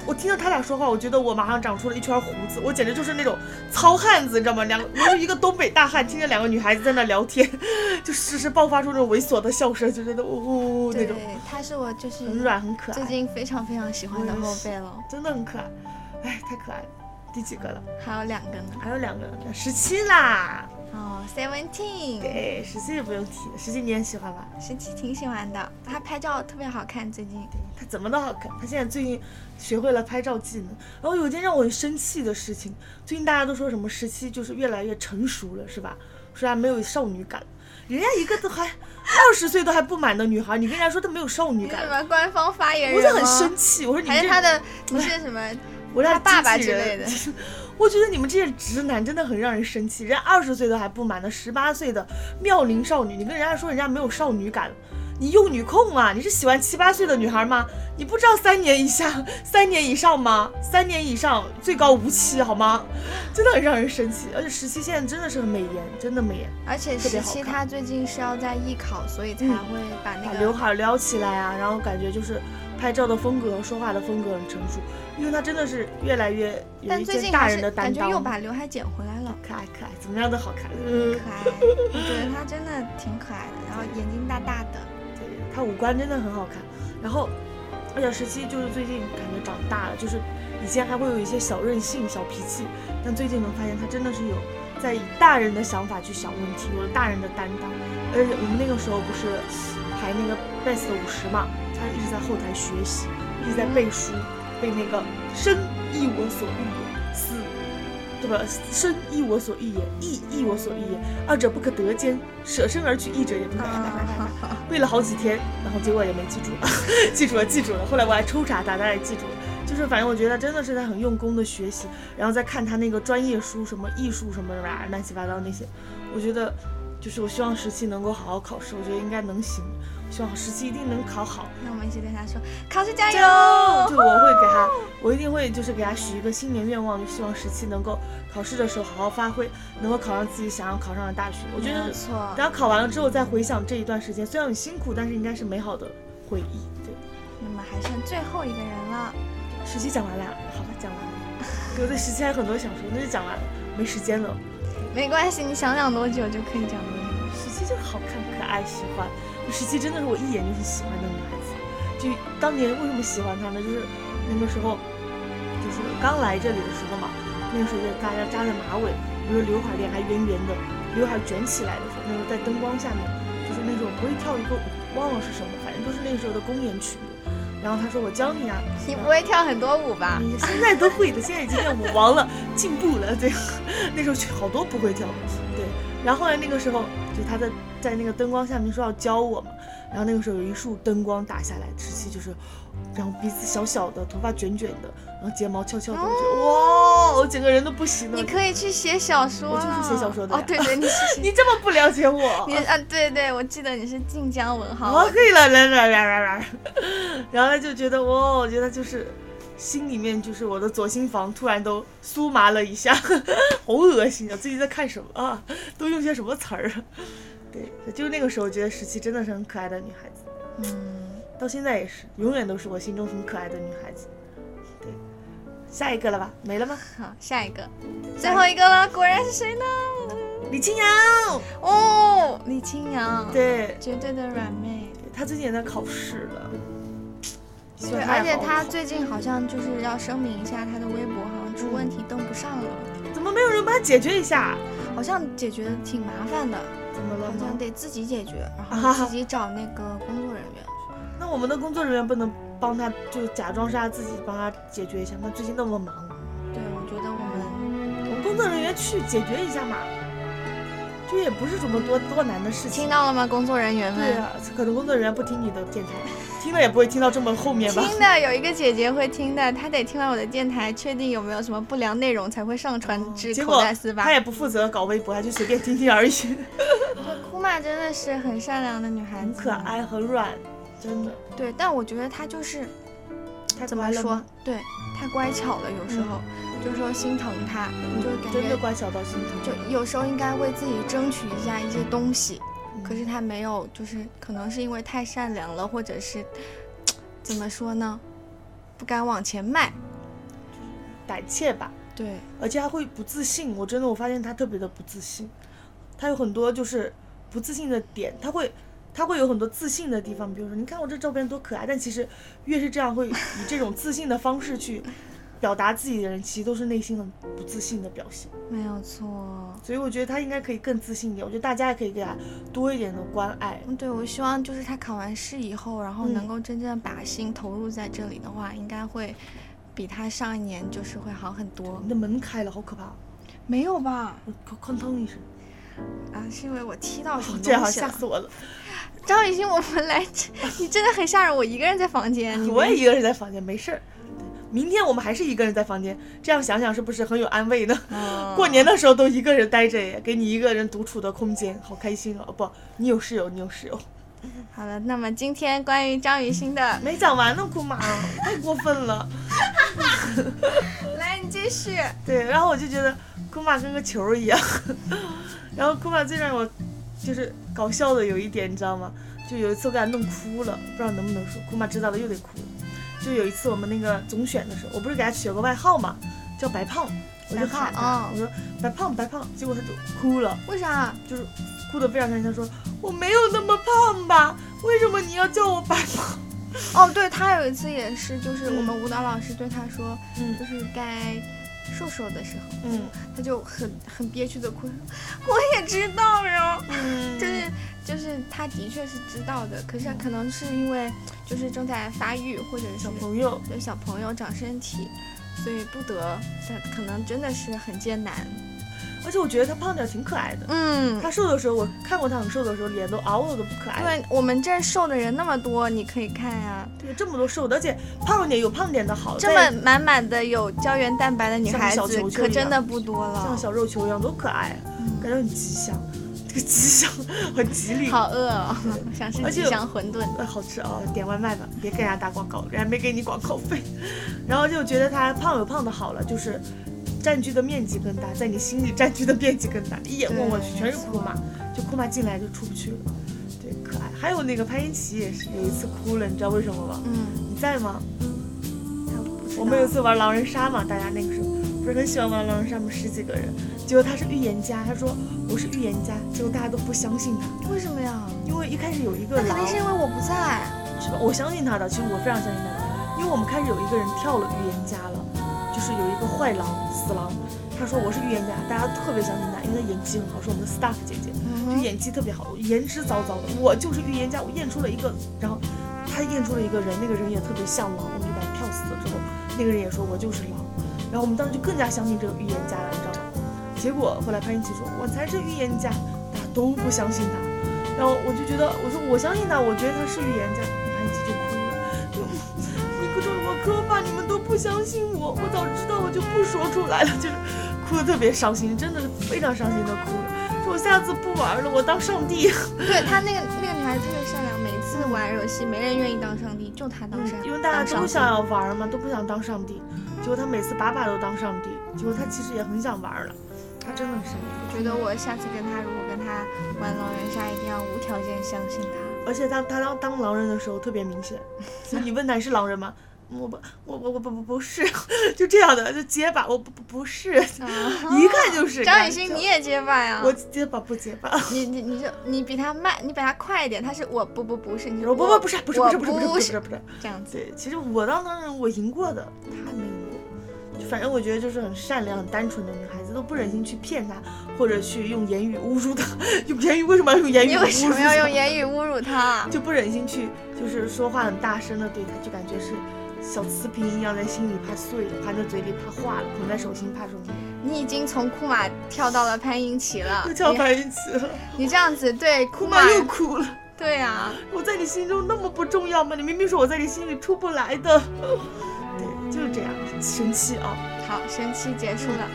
Speaker 2: 我听到他俩说话，我觉得我马上长出了一圈胡子，我简直就是那种糙汉子，你知道吗？两个，我就是一个东北大汉，听着两个女孩子在那聊天， <laughs> 就时时爆发出那种猥琐的笑声，就觉得呜呜呜那
Speaker 1: 对
Speaker 2: 种，，
Speaker 1: 他是我就是
Speaker 2: 很软很可
Speaker 1: 最
Speaker 2: 爱，
Speaker 1: 近非常非常喜欢的
Speaker 2: 我也
Speaker 1: 后
Speaker 2: 是
Speaker 1: 辈了，
Speaker 2: 真的很可爱，哎，太可爱了。第几个了？
Speaker 1: 还有两个呢。
Speaker 2: 还有两个，十七啦。
Speaker 1: 哦，Seventeen，
Speaker 2: 对，十七就不用提了，十七你也喜欢吧？
Speaker 1: 十七挺喜欢的，他拍照特别好看，最近。
Speaker 2: 他怎么都好看。他现在最近学会了拍照技能。然后有一件让我很生气的事情，最近大家都说什么十七就是越来越成熟了，是吧？说她没有少女感了。人家一个都还二十岁都还不满的女孩，你跟人家说她没有少女
Speaker 1: 你是什
Speaker 2: 感，
Speaker 1: 么官方发言
Speaker 2: 我
Speaker 1: 人
Speaker 2: 就
Speaker 1: 吗？
Speaker 2: 很生气。我说你
Speaker 1: 还
Speaker 2: 这
Speaker 1: 是他的你是什么？
Speaker 2: 我让
Speaker 1: 他爸爸
Speaker 2: 经纪
Speaker 1: 之
Speaker 2: 人
Speaker 1: 类的
Speaker 2: <laughs> 我觉得你们这些直男真的很让人生气。人家二十岁都还不满的十八岁的妙龄少女，你跟人家说人家没有少女感，你幼女控啊？你是喜欢七八岁的女孩吗？你不知道三年以下、三年以上吗？三年以上最高无期，好吗？真的很让人生气。而且十七现在真的是很美颜，真的美颜，
Speaker 1: 而且
Speaker 2: 特别
Speaker 1: 十
Speaker 2: 好
Speaker 1: 七
Speaker 2: 看
Speaker 1: 他最近是要在艺考，所以才
Speaker 2: 嗯
Speaker 1: 会把
Speaker 2: 把
Speaker 1: 那
Speaker 2: 刘
Speaker 1: 个
Speaker 2: 海撩起来啊，然后感觉就是拍照的风格、说话的风格很成熟，因为她真的是越来越有
Speaker 1: 但
Speaker 2: 一
Speaker 1: 最近
Speaker 2: 件
Speaker 1: 还
Speaker 2: 大
Speaker 1: 是
Speaker 2: 人的担
Speaker 1: 感
Speaker 2: 当。
Speaker 1: 觉又把刘海剪回 <laughs> 来了，
Speaker 2: 可爱可爱，怎么样都好看。嗯
Speaker 1: 可，爱。我觉得他真的挺可爱的，然后眼睛大大 <laughs> 的。
Speaker 2: 对，她五官真的很好看。然后，而且十七就是最近感觉长大了，就是以前还会有一些小任性、小脾气，但最近能发现她真的是有在以大人的想法去想问题，有了大人的担当。而且我们那个时候不是排那个 best 五十嘛，她一直在后台学习，一直在背书，背那个生亦我所欲也，死对吧？生亦我所欲也，义亦我所欲也，二者不可得兼，舍身而去，义者也不可。
Speaker 1: 啊
Speaker 2: 背了好几天，然后结果也没记住，记住了， <laughs> 记住了。后来我还抽查他，他也记住了。就是反正我觉得他真的是在很用功的学习，然后再看他那个专业书，什么艺术什么的吧，乱七八糟那些，我觉得就是我希望十七能够好好考试，我觉得应该能行，希望十七一定能考好。
Speaker 1: 那我们一起对他说，考试加
Speaker 2: 就
Speaker 1: 油！
Speaker 2: 我会给他，我一定会就是给他许一个新年愿望，就希望十七能够考试的时候好好发挥，能够考上自己想要考上的大学。我觉
Speaker 1: 没
Speaker 2: 得
Speaker 1: 有错
Speaker 2: 等，他考完了之后再回想这一段时间，虽然很辛苦，但是应该是美好的回忆。对，
Speaker 1: 那么还剩最后一个人了。
Speaker 2: 十七讲完了，好吧，讲完了。 <laughs> 对，我对十七还有很多想说，那就讲完了，没时间了。
Speaker 1: 没关系，你想讲多久就可以讲多久。
Speaker 2: 十七就是好看、可爱、喜欢。十七真的是我一眼就很喜欢的女孩子。就当年为什么喜欢她呢？就是那个时候，就是刚来这里的时候嘛，那个时候就大家扎着马尾，比如刘海帘还圆圆的，刘海卷起来的时候，那时候在灯光下面，就是那时候不会跳一个舞，忘了是什么，反正就是那时候的公演曲目。然后她说：“我教你啊。”
Speaker 1: 你不会跳很多舞吧？
Speaker 2: 你啊现在都会的，现在已经变舞王了，进步了。对，那时候去好多不会跳的，对。然后后来那个时候，就他在在那个灯光下面说要教我嘛，然后那个时候有一束灯光打下来，十七就是，然后鼻子小小的，头发卷卷的，然后睫毛翘翘的，我觉得哇，我整个人都不行了。
Speaker 1: 你可以去写小说
Speaker 2: 我
Speaker 1: 了。
Speaker 2: 就是写小说的呀
Speaker 1: 哦，对对，你是写 <laughs>
Speaker 2: 你这么不了解我，
Speaker 1: 你啊，对对，我记得你是晋江文豪。
Speaker 2: 哦，可以了，来来来来 <laughs> 来，然后他就觉得哇，我觉得就是心里面就是我的左心房突然都酥麻了一下，好恶心啊！最近在看什么啊？都用些什么词儿啊？对，就是那个时候觉得十七真的是很可爱的女孩子，
Speaker 1: 嗯，
Speaker 2: 到现在也是，永远都是我心中很可爱的女孩子。对，下一个了吧？没了吗？
Speaker 1: 好，下一个，最后一个了，果然是谁呢？
Speaker 2: 李清瑶，
Speaker 1: 哦，李清扬，，
Speaker 2: 对，
Speaker 1: 绝对的软妹。
Speaker 2: 她最近也在考试了，希
Speaker 1: 对，
Speaker 2: 望
Speaker 1: 而且
Speaker 2: 好好
Speaker 1: 她
Speaker 2: 考
Speaker 1: 最近好像就是要声明一下，她的微博好像出问题登不上了，
Speaker 2: 怎么没有人帮她解决一下？
Speaker 1: 好像解决的挺麻烦的，
Speaker 2: 怎么了
Speaker 1: 好像
Speaker 2: 吗？
Speaker 1: 得自己解决，然
Speaker 2: 啊
Speaker 1: <laughs> 后自己找那个工作人员。
Speaker 2: 那我们的工作人员不能帮她，就假装是她自己帮她解决一下吗？最近那么忙，
Speaker 1: 对，我觉得我
Speaker 2: 我们工作人员去解决一下嘛，这也不是什么多多难的事
Speaker 1: 们听
Speaker 2: 情。
Speaker 1: 到了吗，工作人员
Speaker 2: 对
Speaker 1: 们？
Speaker 2: 啊，可能工作人员不听你的电台，听了也不会听到这么后面吧？
Speaker 1: 听的有一个姐姐会听的，她得听完我的电台，确定有没有什么不良内容才会上传至
Speaker 2: 结
Speaker 1: 口
Speaker 2: 果
Speaker 1: 袋私吧
Speaker 2: 他。也不负责搞微博，他就随便听听而已，
Speaker 1: 库玛真的是很善良的女孩
Speaker 2: 很
Speaker 1: 子，
Speaker 2: 可。爱，很软，真的。
Speaker 1: 对，但我觉得她就是
Speaker 2: 太
Speaker 1: 怎
Speaker 2: 乖
Speaker 1: 么
Speaker 2: 了
Speaker 1: 说
Speaker 2: 吗？？
Speaker 1: 对，嗯太乖巧了，有时候、就说心疼她，你就感
Speaker 2: 真的
Speaker 1: 觉
Speaker 2: 乖巧到心疼。
Speaker 1: 就有时候应该为自己争取一下一些东西，
Speaker 2: 嗯
Speaker 1: 可是她没有，就是可能是因为太善良了，或者是怎么说呢，不敢往前迈。
Speaker 2: 胆怯吧，
Speaker 1: 对，
Speaker 2: 而且他会不自信。我真的我发现他特别的不自信，他有很多就是不自信的点，他会他会有很多自信的地方，比如说你看我这照片多可爱，但其实越是这样会以这种自信的方式去表达自己的人，其实都是内心很不自信的表现。
Speaker 1: 没有错。
Speaker 2: 所以我觉得他应该可以更自信一点，我觉得大家也可以给他多一点的关爱。
Speaker 1: 嗯，对，我希望就是他考完试以后，然后能
Speaker 2: 嗯
Speaker 1: 够真正把心投入在这里的话，应该会比他上一年就是会好很多
Speaker 2: 你。的门开了，好可怕！
Speaker 1: 没有吧？
Speaker 2: 我哐哐当一声，
Speaker 1: 啊，是因为我踢到什么
Speaker 2: <laughs> 这样
Speaker 1: 东
Speaker 2: 哦好
Speaker 1: 西
Speaker 2: 吓
Speaker 1: 了？
Speaker 2: 死我了！
Speaker 1: 张雨欣，我们来这，你真的很吓人。我一个人在房间，你
Speaker 2: 我也
Speaker 1: 们
Speaker 2: 一个人在房间，没事儿。对明天我们还是一个人在房间，这样想想是不是很有安慰呢？<laughs>
Speaker 1: 嗯
Speaker 2: 过年的时候都一个人待着耶，给你一个人独处的空间，好开心哦！哦不，你有室友，你有室友，
Speaker 1: 好了。那么今天关于张雨
Speaker 2: <laughs>
Speaker 1: 欣的，
Speaker 2: 没讲完呢，姑妈，太过分
Speaker 1: <laughs>
Speaker 2: 了。
Speaker 1: 来你继续。
Speaker 2: 对，然后我就觉得姑妈跟个球儿一样。然后姑妈最让我就是搞笑的有一点，你知道吗？就有一次我给她弄哭了，不知道能不能说，姑妈知道了又得哭了。就有一次我们那个总选的时候，我不是给她取了个外号嘛，叫白胖，我就
Speaker 1: 白胖
Speaker 2: 喊她，
Speaker 1: 哦
Speaker 2: 我说白胖白胖，结果她就哭了，
Speaker 1: 为啥？
Speaker 2: 就是哭得非常伤心。她说我没有那么胖吧？为什么你要叫我白胖？
Speaker 1: 哦，对他有一次也是，就是我
Speaker 2: 嗯
Speaker 1: 们舞蹈老师对他说，
Speaker 2: 嗯
Speaker 1: 就是该瘦瘦的时候。
Speaker 2: <laughs> 嗯
Speaker 1: 他就很很憋屈的哭， <laughs> 我也知道呀，
Speaker 2: 嗯，
Speaker 1: 就是就是他的确是知道的，可是可能是因为就是正在发育或者是
Speaker 2: 小朋友，
Speaker 1: 对小朋友长身体，所以不得，他可能真的是很艰难。
Speaker 2: 而且我觉得她胖点儿挺可爱的。
Speaker 1: 嗯，
Speaker 2: 她瘦的时候，我看过她很瘦的时候，脸都嗷嗷的不可爱
Speaker 1: 因
Speaker 2: 了。
Speaker 1: 为我们这儿瘦的人那么多，你可以看呀、
Speaker 2: 对，这么多瘦的，而且胖点有胖点的好，
Speaker 1: 这么满满的有胶原蛋白的女
Speaker 2: 像
Speaker 1: 孩
Speaker 2: 小
Speaker 1: 子
Speaker 2: 球球
Speaker 1: 可
Speaker 2: 一
Speaker 1: 真
Speaker 2: 样
Speaker 1: 的不多
Speaker 2: 再像
Speaker 1: 了。
Speaker 2: 小肉球一样，多可爱啊，
Speaker 1: 嗯
Speaker 2: 感觉很吉祥，这个吉祥很吉利。
Speaker 1: 好饿哦， <laughs> 想吃
Speaker 2: 而
Speaker 1: 吉
Speaker 2: 且
Speaker 1: 祥馄饨。
Speaker 2: 呃，好吃哦，点外卖吧，别给人家打广告，人家没给你广告费。 <laughs> 然后就觉得她胖有胖的好了，就是占据的面积更大，在你心里占据的面积更大。一眼望过去
Speaker 1: 对
Speaker 2: 全是
Speaker 1: 没
Speaker 2: 库玛，就库玛进来就出不去了，对，可爱。还有那个潘一琪也是有一次哭了，你知道为什么吗？
Speaker 1: 嗯，
Speaker 2: 你在吗？
Speaker 1: 他不知
Speaker 2: 我们有一
Speaker 1: 道
Speaker 2: 次玩狼人杀嘛，大家那个时候不是很喜欢玩狼人杀嘛，十几个人。结果他是预言家，他说我是预言家，结果大家都不相信他，
Speaker 1: 为什么呀？
Speaker 2: 因为一开始有一个
Speaker 1: 那
Speaker 2: 狼
Speaker 1: 肯定是因为我不在。
Speaker 2: 是吧？我相信他的，其实我非常相信他的，因为我们开始有一个人跳了预言家了，就是有一个坏狼死狼，他说我是预言家，大家特别相信他，因为他演技很好，是我们的 staff 姐姐，就
Speaker 1: 嗯
Speaker 2: 演技特别好，言之凿凿的，我就是预言家，我验出了一个，然后他验出了一个人，那个人也特别像狼，我们就把他跳死了之后，那个人也说我就是狼，然后我们当时就更加相信这个预言家了，你知道吗？结果后来潘金奇说我才是预言家，大家都不相信他，然后我就觉得我说我相信他，我觉得他是预言家，潘金奇就哭了，就你可说我磕巴，你们都不相信我，我早知道我就不说出来了，就是哭的特别伤心，真的是非常伤心的哭了。说我下次不玩了，我当上帝。
Speaker 1: 对她那个那个女孩子特别善良，每次玩游戏没人愿意当上帝，就她当上，
Speaker 2: 嗯因为大
Speaker 1: 当
Speaker 2: 家
Speaker 1: 上
Speaker 2: 都
Speaker 1: 帝
Speaker 2: 想要玩嘛，都不想当上帝。结果他每次把把都当上帝，结果他其实也很想玩了，他真的很上帝。
Speaker 1: 觉得我下次跟她如果跟她玩狼人杀，一定要无条件相信她。 <laughs>
Speaker 2: 而且他他当当狼人的时候特别明显，所以你问他你是狼人吗？我不，我我我不不不是， <laughs> 就这样的，就结巴，我不不不是， <laughs>
Speaker 1: 啊
Speaker 2: 一看就是
Speaker 1: 张
Speaker 2: 干
Speaker 1: 雨欣，
Speaker 2: 就
Speaker 1: 你也结巴呀？
Speaker 2: 我结巴不结巴，
Speaker 1: 你你你就你比他慢，你比他快一点。他是我不不不是，你
Speaker 2: 我不不不是不是不是
Speaker 1: 我
Speaker 2: 不是不是不
Speaker 1: 不
Speaker 2: 是不是，
Speaker 1: 这样子。
Speaker 2: 对，其实我当当然我赢过的，她没赢过，就反正我觉得就是很善良、很单纯的女孩子都不忍心去骗她，或者去用言语侮辱她， <laughs> 用言语为什么要用言语
Speaker 1: 你
Speaker 2: 侮辱她？
Speaker 1: 为什么要用言语侮辱他？
Speaker 2: 就不忍心去，就是说话很大声的对他，就感觉是小瓷瓶一样，在心里怕碎了，含在嘴里怕化了，捧在手心怕融化，
Speaker 1: 你已经从库马跳到了潘英奇了，
Speaker 2: 又叫
Speaker 1: 啊你
Speaker 2: 白云起
Speaker 1: <laughs>
Speaker 2: 了，
Speaker 1: 你这样子对
Speaker 2: 哭
Speaker 1: 库马
Speaker 2: 妈，又哭了。
Speaker 1: 对啊，
Speaker 2: 我在你心中那么不重要吗？你明明说我在你心里出不来的。 <laughs> 对，就是这样，神奇啊！
Speaker 1: 好，神期结束了。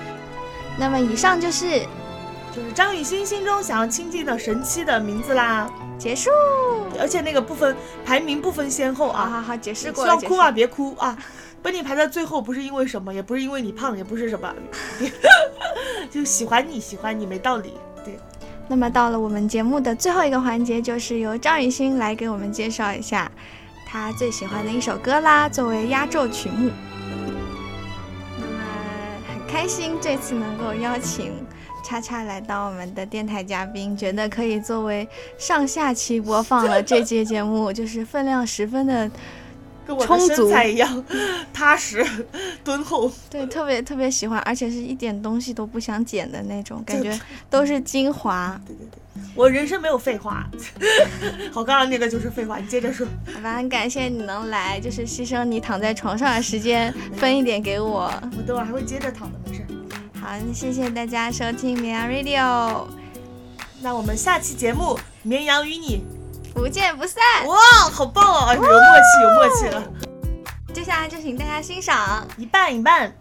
Speaker 1: 那么以上就是
Speaker 2: 就是张雨欣心中想要亲近的神奇的名字啦，
Speaker 1: 结束。
Speaker 2: 而且那个不分排名不分先后
Speaker 1: 好
Speaker 2: 啊，
Speaker 1: 好好，解释
Speaker 2: 希
Speaker 1: 过了，
Speaker 2: 望
Speaker 1: 解
Speaker 2: 哭
Speaker 1: 释
Speaker 2: 啊别哭啊！把你排在最后，不是因为什么，也不是因为你胖，也不是什么， <laughs> 就喜欢你，喜欢你没道理。对，
Speaker 1: 那么到了我们节目的最后一个环节，就是由张雨欣来给我们介绍一下她最喜欢的一首歌啦，作为压轴曲目。那么很开心这次能够邀请叉叉来当我们的电台嘉宾，觉得可以作为上下期播放了这期节目，就是分量十分的
Speaker 2: 跟我的
Speaker 1: 充
Speaker 2: 身
Speaker 1: 足
Speaker 2: 材一样，踏实敦厚。
Speaker 1: 对，特别特别喜欢，而且是一点东西都不想捡的那种，感
Speaker 2: 这
Speaker 1: 觉都是精华。
Speaker 2: 对对对，我人生没有废话。 <laughs> 好，刚刚那个就是废话，你接着说。
Speaker 1: 好吧，很感谢你能来，就是牺牲你躺在床上的时间分一点给我。
Speaker 2: 我等会儿还会接着躺的，没事儿。
Speaker 1: 好，谢谢大家收听绵羊 Radio，
Speaker 2: 那我们下期节目《绵羊与你
Speaker 1: 不见不散。》，
Speaker 2: 哇，好啊棒哦！哎有默契，有默契了，
Speaker 1: 接下来就请大家欣赏。
Speaker 2: 一半一半。